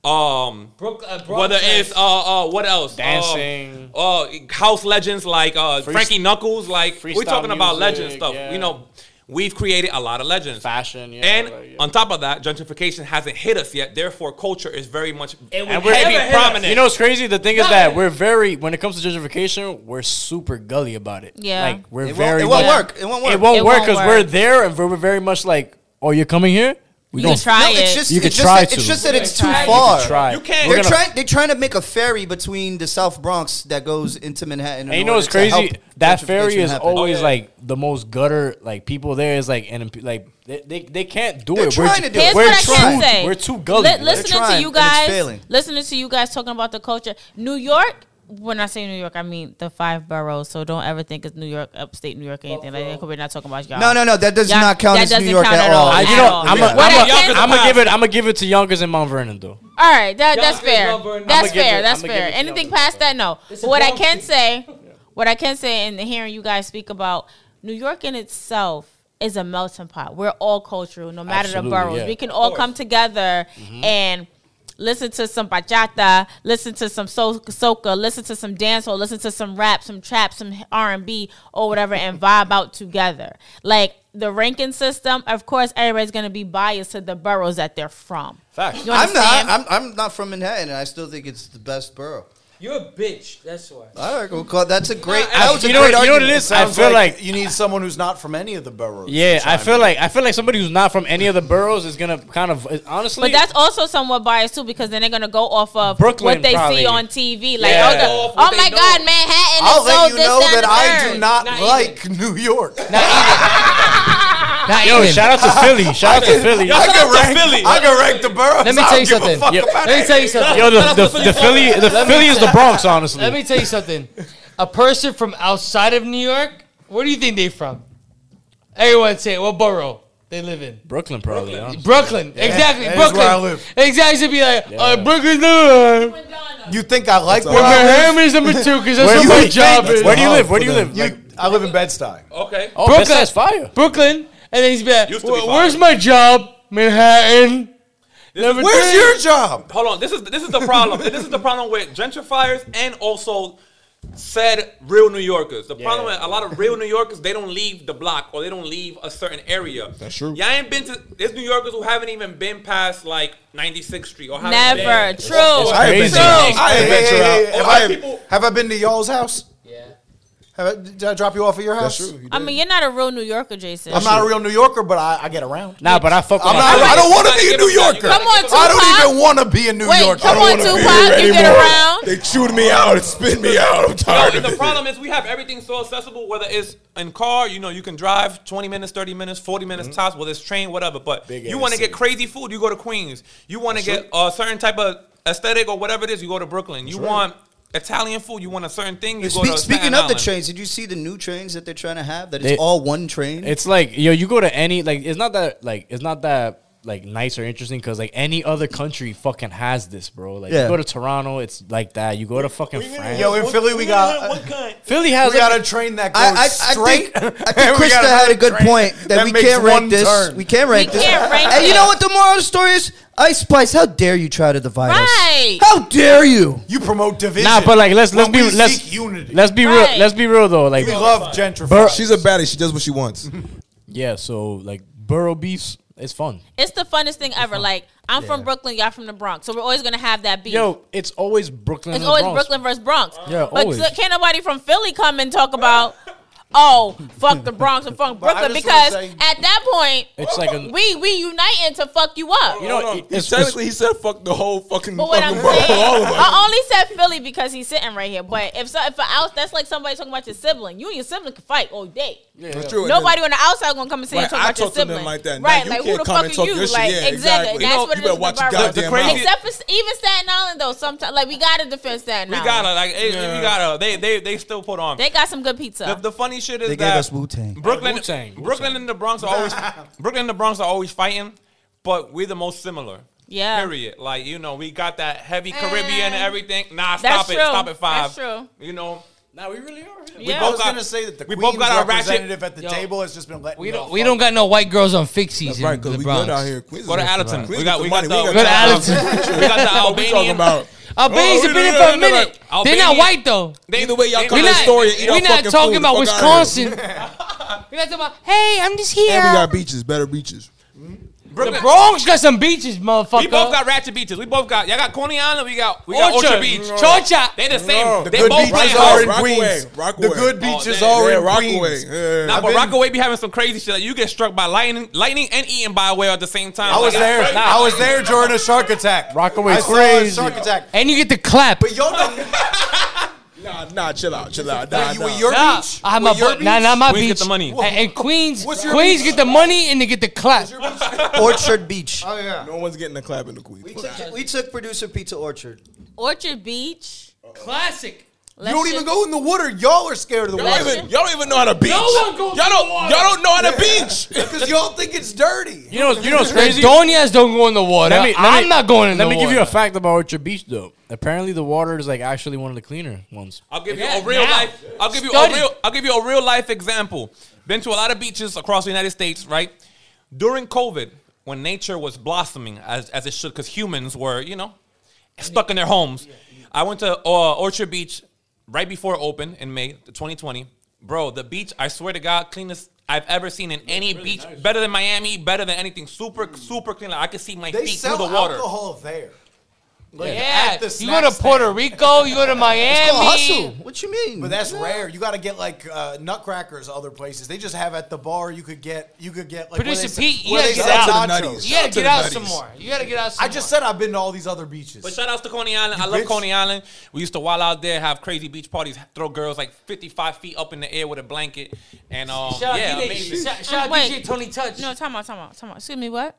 Um,
Brook- uh, Bronx
whether
has-
it's uh uh what else Um,
Dancing.
uh, house legends like uh
Freest-
Frankie Knuckles like we're
freestyle
talking about
music,
legend stuff
yeah.
you know we've created a lot of legends
Fashion, yeah,
and
like, yeah.
on top of that gentrification hasn't hit us yet therefore culture is very much
It would
and
never
heavy
hit us.
prominent
You know what's crazy? The thing is
No.
that we're very when it comes to gentrification, we're super gully about it.
Yeah.
like we're
it won't,
very.
it won't
much-
work. It won't work.
It won't
It
work
won't
because we're
work.
there and we're, we're very much like, oh, you're coming here. We
You
don't.
try
No,
it.
it's just
You could
it's just
try
that-
to.
it's just that
You
it's
could
too
try.
far.
try.
You can't-
We're
They're
gonna-
trying. They're trying to make a ferry between the South Bronx that goes into Manhattan. in
And you know
order
what's
to help
crazy? That ferry
gentrification
is
happen. Oh,
always
yeah.
like the most gutter. Like people there is like and like they they, they can't do
They're
it.
trying
ju-
to do it.
Here's
we're
what I can
too-
say.
We're too gully.
Li-
bro.
listening
trying,
to you
and it's
guys,
failing.
listening to you guys talking about the culture. New York. When I say New York, I mean the five boroughs. So don't ever think it's New York, upstate New York, or anything like that. 'cause We're not talking about y'all.
No, no, no. That does
Y'all-
not count
that
as New
doesn't
York
count
at
at
all.
all.
I, you
at
know,
all.
I'm
What I can-
gonna give it. I'm gonna give it to Youngers and Mount Vernon though.
All right, that, that's
Yonkers,
fair.
Melbourne. I'ma
That's
give
fair.
it-
that's
I'ma
fair.
give it to
Anything
Yonkers,
past that, no.
It's
But what I
a
can
Bronx.
say, what I can say, and hearing you guys speak about New York in itself is a melting pot. We're all cultural, no matter
Absolutely,
the boroughs.
yeah.
We can all come together and. Listen to some bachata, listen to some so- soca, listen to some dancehall, listen to some rap, some trap, some R and B or whatever, and vibe out together. Like the ranking system, of course, everybody's gonna be biased to the boroughs that they're from.
Facts.
You
I'm not.
understand?
I'm, I'm not from Manhattan, and I still think it's the best borough.
You're a bitch. That's why.
All right, we'll call. That's a great.
I-
that was
you
a
know
great
what- you know what
argument.
it is? I feel like-
you need someone who's not from any of the boroughs.
Yeah,
to
I
chime
feel
in.
like I feel like somebody who's not from any of the boroughs is gonna kind of is- honestly.
But that's also somewhat biased too, because then they're gonna go off of
Brooklyn,
what they see
probably.
on TV. Like,
Yeah.
oh, the-
Off
oh my God, Manhattan
I'll
is
let
so
you
this
know
that,
that
and the
I
third.
do not, like New York.
Not
Yo,
even.
shout out to Philly. Shout out to Philly.
Yo, shout out to Philly.
Let me tell you something.
Yo,
Let me tell you something.
Yo,
Shout out
the,
to
the, the
Philly.
Philly, the
Let me
Philly is
tell-
the Bronx, honestly.
Let me tell you something. A person from outside of New York, where do you think they from? Everyone say, what borough they live in?
Brooklyn, probably. honestly.
Brooklyn.
Yeah.
exactly.
That is
Brooklyn.
where I live.
Exactly. Should be like,
Yeah.
uh, Brooklyn. No.
You think I like
Where Manhattan is number two because that's where my job is.
Where do you live? Where do you
live?
I live in Bed-Stuy.
Okay.
Oh,
Brooklyn.
Bed-Stuy's fire.
Brooklyn. And then he's be like,
Used to be
"Where-
fire.
where's my job? Manhattan. Number
Where's
three."
your job?
Hold on. This is this is the problem. this is the problem with gentrifiers and also said real New Yorkers. The problem with a lot of real New Yorkers, they don't leave the block or they don't leave a certain area. That's true. Y'all ain't been to there's New Yorkers who haven't even been past like 96th Street or haven't
Never.
been-
True. It's True. crazy.
I
Hey,
hey, hey,
venture
hey,
out.
have,
A lot
I,
of people-
have I been to y'all's house? Yeah. Have I, did I drop you off at your house?
I mean, you're not a real New Yorker, Jason.
I'm not a real New Yorker, but I, I get around.
Nah, but I fuck with
I'm
my
not,
Philly.
I don't want to
gotta
be a
give
New
it- you gotta
Yorker.
give it- Come
on,
I
Tupac.
don't even want to be a New
Wait,
Yorker.
come
I don't
on,
wanna be
Tupac.
here
You get
anymore.
around.
They chewed me out and spit me out. I'm tired
No,
of
the
it.
problem is we have everything so accessible, whether it's in car, you know, you can drive 20 minutes, 30 minutes, 40 minutes tops, whether it's train, whatever. But you
ass
want to
city.
get crazy food, you go to Queens. You want to get a certain type of aesthetic or whatever it is, you go to Brooklyn. You want Italian food, you want a certain thing, you go
Speak-
to
speaking
Staten
of the
Island.
trains, did you see the new trains that they're trying to have? That
They-
it's all one train.
It's like yo, you go to any like it's not that like it's not that like nice or interesting because like any other country fucking has this, bro. Like
Yeah.
you go to Toronto, it's like that. You go to fucking France.
Yo, in Philly, we got.
Philly has
we got
like,
a train that goes
I, I, I
straight.
think, *laughs*
*laughs*
I
We
think Krista had
got
a
another
good
train
point that, we
makes
can't rank
one
this.
turn.
We can't rank this.
can't rank
and you know
it.
what the moral of the story is? Ice Spice, how dare you try to divide
Right.
us? How dare you?
You promote division.
nah, but like let's let's
When
be
we
let's
seek unity.
let's be
Right.
real let's be real though. Like
we love gentrifiers.
She's a baddie. She does what she wants.
*laughs* yeah, so like borough beefs, it's fun.
It's the funnest thing ever. Like, I'm from Brooklyn, y'all from the Bronx, so we're always gonna have that beef.
Yo, it's always Brooklyn.
it's
and the
always
Bronx.
Brooklyn versus Bronx.
Yeah,
but
always.
so- can't nobody from Philly come and talk about, *laughs* oh, fuck the Bronx and fuck
But I
Brooklyn
just wanna
because
say-
at that point
It's like a
we we uniting to fuck you up.
you know
Hold on. He
it's-
technically, he said fuck the whole fucking,
But what
fucking
I'm
borough, all
saying,
of us.
I only said Philly because he's sitting right here. But if so, if an out, that's like somebody talking about your sibling. You and your sibling can fight all day.
That's true. And then-
Nobody on the outside gonna come and sit here
Right,
and talk
I
about your
talk to them
sibling
like that. Now
Right,
you
like who
can't
the
come
fuck are
and talk
you?
your shit.
Like
Yeah,
exactly.
exactly.
That's
You know, you
what it is.
better
in
watch
the
your
borough.
goddamn mouth.
Except for even Staten Island though. Sometimes like we gotta defend Staten
We
Island.
gotta like it- we
Yeah.
gotta they they they still put on.
They got some good pizza.
the, the funny shit is
They gave
that
us Wu Tang.
Brooklyn,
Wu-Tang,
Brooklyn and the Bronx are always Brooklyn and the Bronx are always fighting, but we're the most similar.
Yeah.
Period. Like you know, we got that heavy Caribbean and
Mm.
everything. Nah,
That's
stop
true.
it. Stop at five.
That's true.
You know,
Nah, we really are.
yeah.
I
both
was
got-
gonna say that the
we
Queens
both got our ratchet-
representative at the
Yo,
table has just been letting
We
y'all
don't, we
fuck.
don't got no white girls on fixies
That's
in
right,
the
because we
Bronx.
good out here. Queens
go to
is good.
Allerton.
Queens
We
is
got
the
we got
money.
the we
Go to
got
Allerton.
the
We talking
Albanian.
about
Albania's
Oh,
been
no,
in for a
no, no, no,
minute.
no.
They're not
Albania-
white though.
They-
Either way, y'all
they-
come to
We're
the
not,
store and eat our
we're not
fucking
talking
food.
about
Fuck outta
Wisconsin.
*laughs*
we're not talking about, hey, I'm just here.
and we got beaches, better beaches.
the Bronx got some beaches, motherfucker.
We both got ratchet beaches. We both got y'all got Coney Island. We got we got Orchard,
Mm,
Orchard,
Beach.
Chocha.
They the same.
No. The
they
Good
both
beaches
playing.
are in
Rockaway,
Queens.
Rockaway.
The good
Oh,
beaches
damn.
are
Yeah,
in
Rockaway.
Queens.
Yeah.
Nah,
I've
but
been-
Rockaway be having some crazy shit. Like you get struck by lightning, lightning and eaten by a whale at the same time.
I was
Like, it's
there.
crazy.
I was there during a shark attack.
Rockaway's
I saw a
crazy.
Shark attack.
and you get the clap.
But y'all *laughs* don't.
Nah, nah, chill out, chill out. Nah,
you,
nah.
with your
Nah,
beach.
I'm
With
a
your
bu- nah,
beach?
not my
Queens
beach.
get the money.
And, and Queens,
What's your
Queens
beach?
get the money and they get the clap.
Orchard Beach.
Oh yeah.
No one's getting the clap in the Queens.
We took, we took producer Pizza Orchard.
Orchard Beach.
Classic.
You don't even go in the water. Y'all are scared of the
Y'all,
water
even, y'all don't even know how to beach.
one goes
y'all
in
don't.
the water.
Y'all don't know how to beach.
because y'all think it's dirty.
You know, you know what's
The
crazy?
Donias don't go in the water.
Let me- let me-
I'm not going in
Let
the
me
water.
give you a fact about Orchard Beach, though. Apparently, the water is like actually one of the cleaner ones.
I'll give
Yeah,
you a real
now.
life. I'll give you
Study.
a real. I'll give you a real life example. Been to a lot of beaches across the United States, right? During COVID, when nature was blossoming as as it should, because humans were, you know, stuck in their homes. I went to uh, Orchard Beach right before it opened in May 2020. Bro, the beach, I swear to God, cleanest I've ever seen in any beach. Better than Miami, better than anything. Super, super clean. Like, I could see my
They
feet
sell
through the water.
alcohol there.
Yeah,
at the
you
snack
go to
stand.
Puerto Rico, you go to
*laughs*
Miami.
What you mean?
But that's
Yeah.
rare. You got to get like uh, nutcrackers, other places. They just have at the bar. You could get. You could get like where
Producer
they sell-
Pete, you
where
gotta
they
get
sell
out.
nachos.
You gotta get out some more. You gotta get out some
I just said I've been to all these other beaches.
But shout outs to Coney Island. I
You
love
bitch.
Coney Island. We used to wild out there, have crazy beach parties, throw girls like 55 feet up in the air with a blanket. And um,
Shout out
yeah,
DJ
amazing.
shout- shout out
Wait.
DJ Tony Touch.
No, time out, time out, time out. Excuse me, what?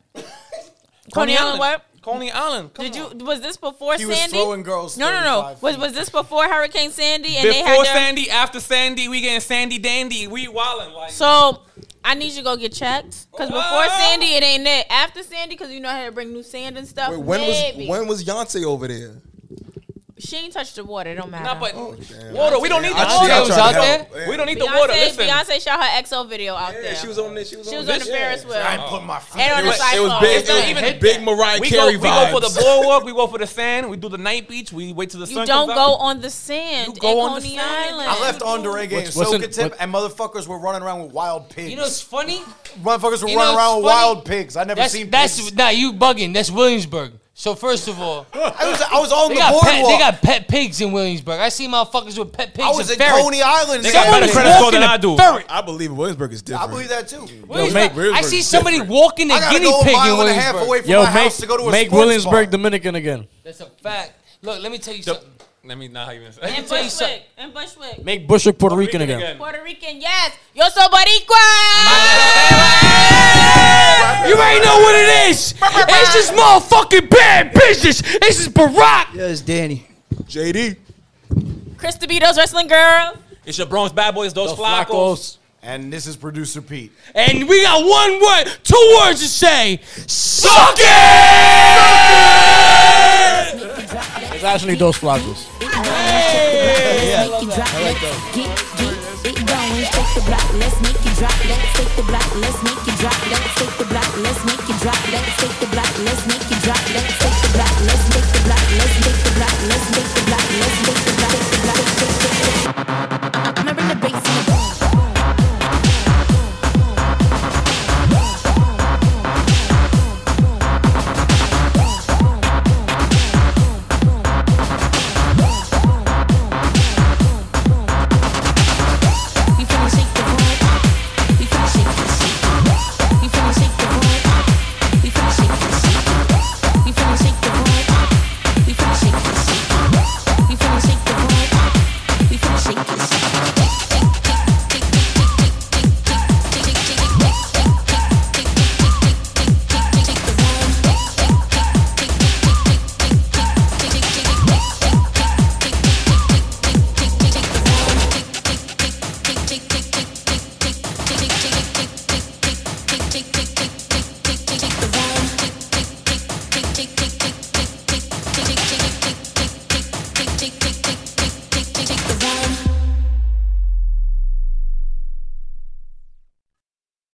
Coney Island, what?
Coney Island.
Did you was this before
He was
Sandy?
throwing girls
No, no, no.
35
Was was this before Hurricane Sandy and they
Before
had their,
Sandy, after Sandy, we getting Sandy Dandy. We wildin' like
So I need you to go get checked because before
Oh!
Sandy it ain't it. After Sandy, because you know how to bring new sand and stuff.
Wait, when
maybe.
was when was Yonsei over there?
she ain't touched the water. It don't matter.
Nah, but water. We don't need the
Oh, I see
water.
y'all trying to help.
We don't need
Beyonce,
the water. Listen,
Beyonce shot her EXO video out there.
she was on this. She was
She
on
was on
this.
the Ferris wheel.
I
put my feet.
And on
It
the
was- it was
cyclone.
big-
It's not
it was
even-
big Mariah
we
Carey
go, we go for
vibes.
the boardwalk. We go for the sand. We do the night beach. We wait till the
You
sun.
don't
comes
go
out.
on the sand.
You go
in
on the
Coney
sand.
Island.
I left on Reggae and
What's- what's
Soca
in-
Tip,
what-
and motherfuckers were running around with wild pigs.
You know what's funny?
motherfuckers were
You know
running
what's
around with
funny?
wild pigs. I never
that's,
seen.
That's
pigs.
nah, you bugging. That's Williamsburg. So first of
*laughs*
all,
I was I was on
they
the
got pet,
boardwalk.
they got pet pigs in Williamsburg. I see motherfuckers with pet pigs.
I was
and
in
ferrets.
Coney Island.
Someone is walking a ferret.
I believe Williamsburg is
I
different.
believe that too.
Williamsburg- I see somebody walking a
I gotta
guinea
go a
pig in
mile and a half
Williamsburg.
away from
Yo,
my
make,
house to go to a
make
sports
Williamsburg
bar.
Dominican again.
That's a fact. Look, let me tell you something.
Let me not even.
Let me
And
tell you something.
Bushwick. And Bushwick.
Make Bushwick Puerto Rican again.
Puerto Rican, yes. Yo soy boricua.
*laughs* You ain't know what it is. It's just motherfucking bad business. This is Barack.
Yeah, it's Danny.
JD.
Chris DeVito's wrestling girl.
It's your Bronx bad boys. Those flacos.
And this is producer Pete.
And we got one word, two words to say. Suck it!
It's actually Dos Flacos.
Let's make it drop. Let's get, get it going. Take the block. Let's make it drop. Let's take the block. Let's make it drop. Let's take the block. Let's make it drop. Let's take the block. Let's make it drop. Let's take the block. Let's make the block. Let's make the block. Let's make the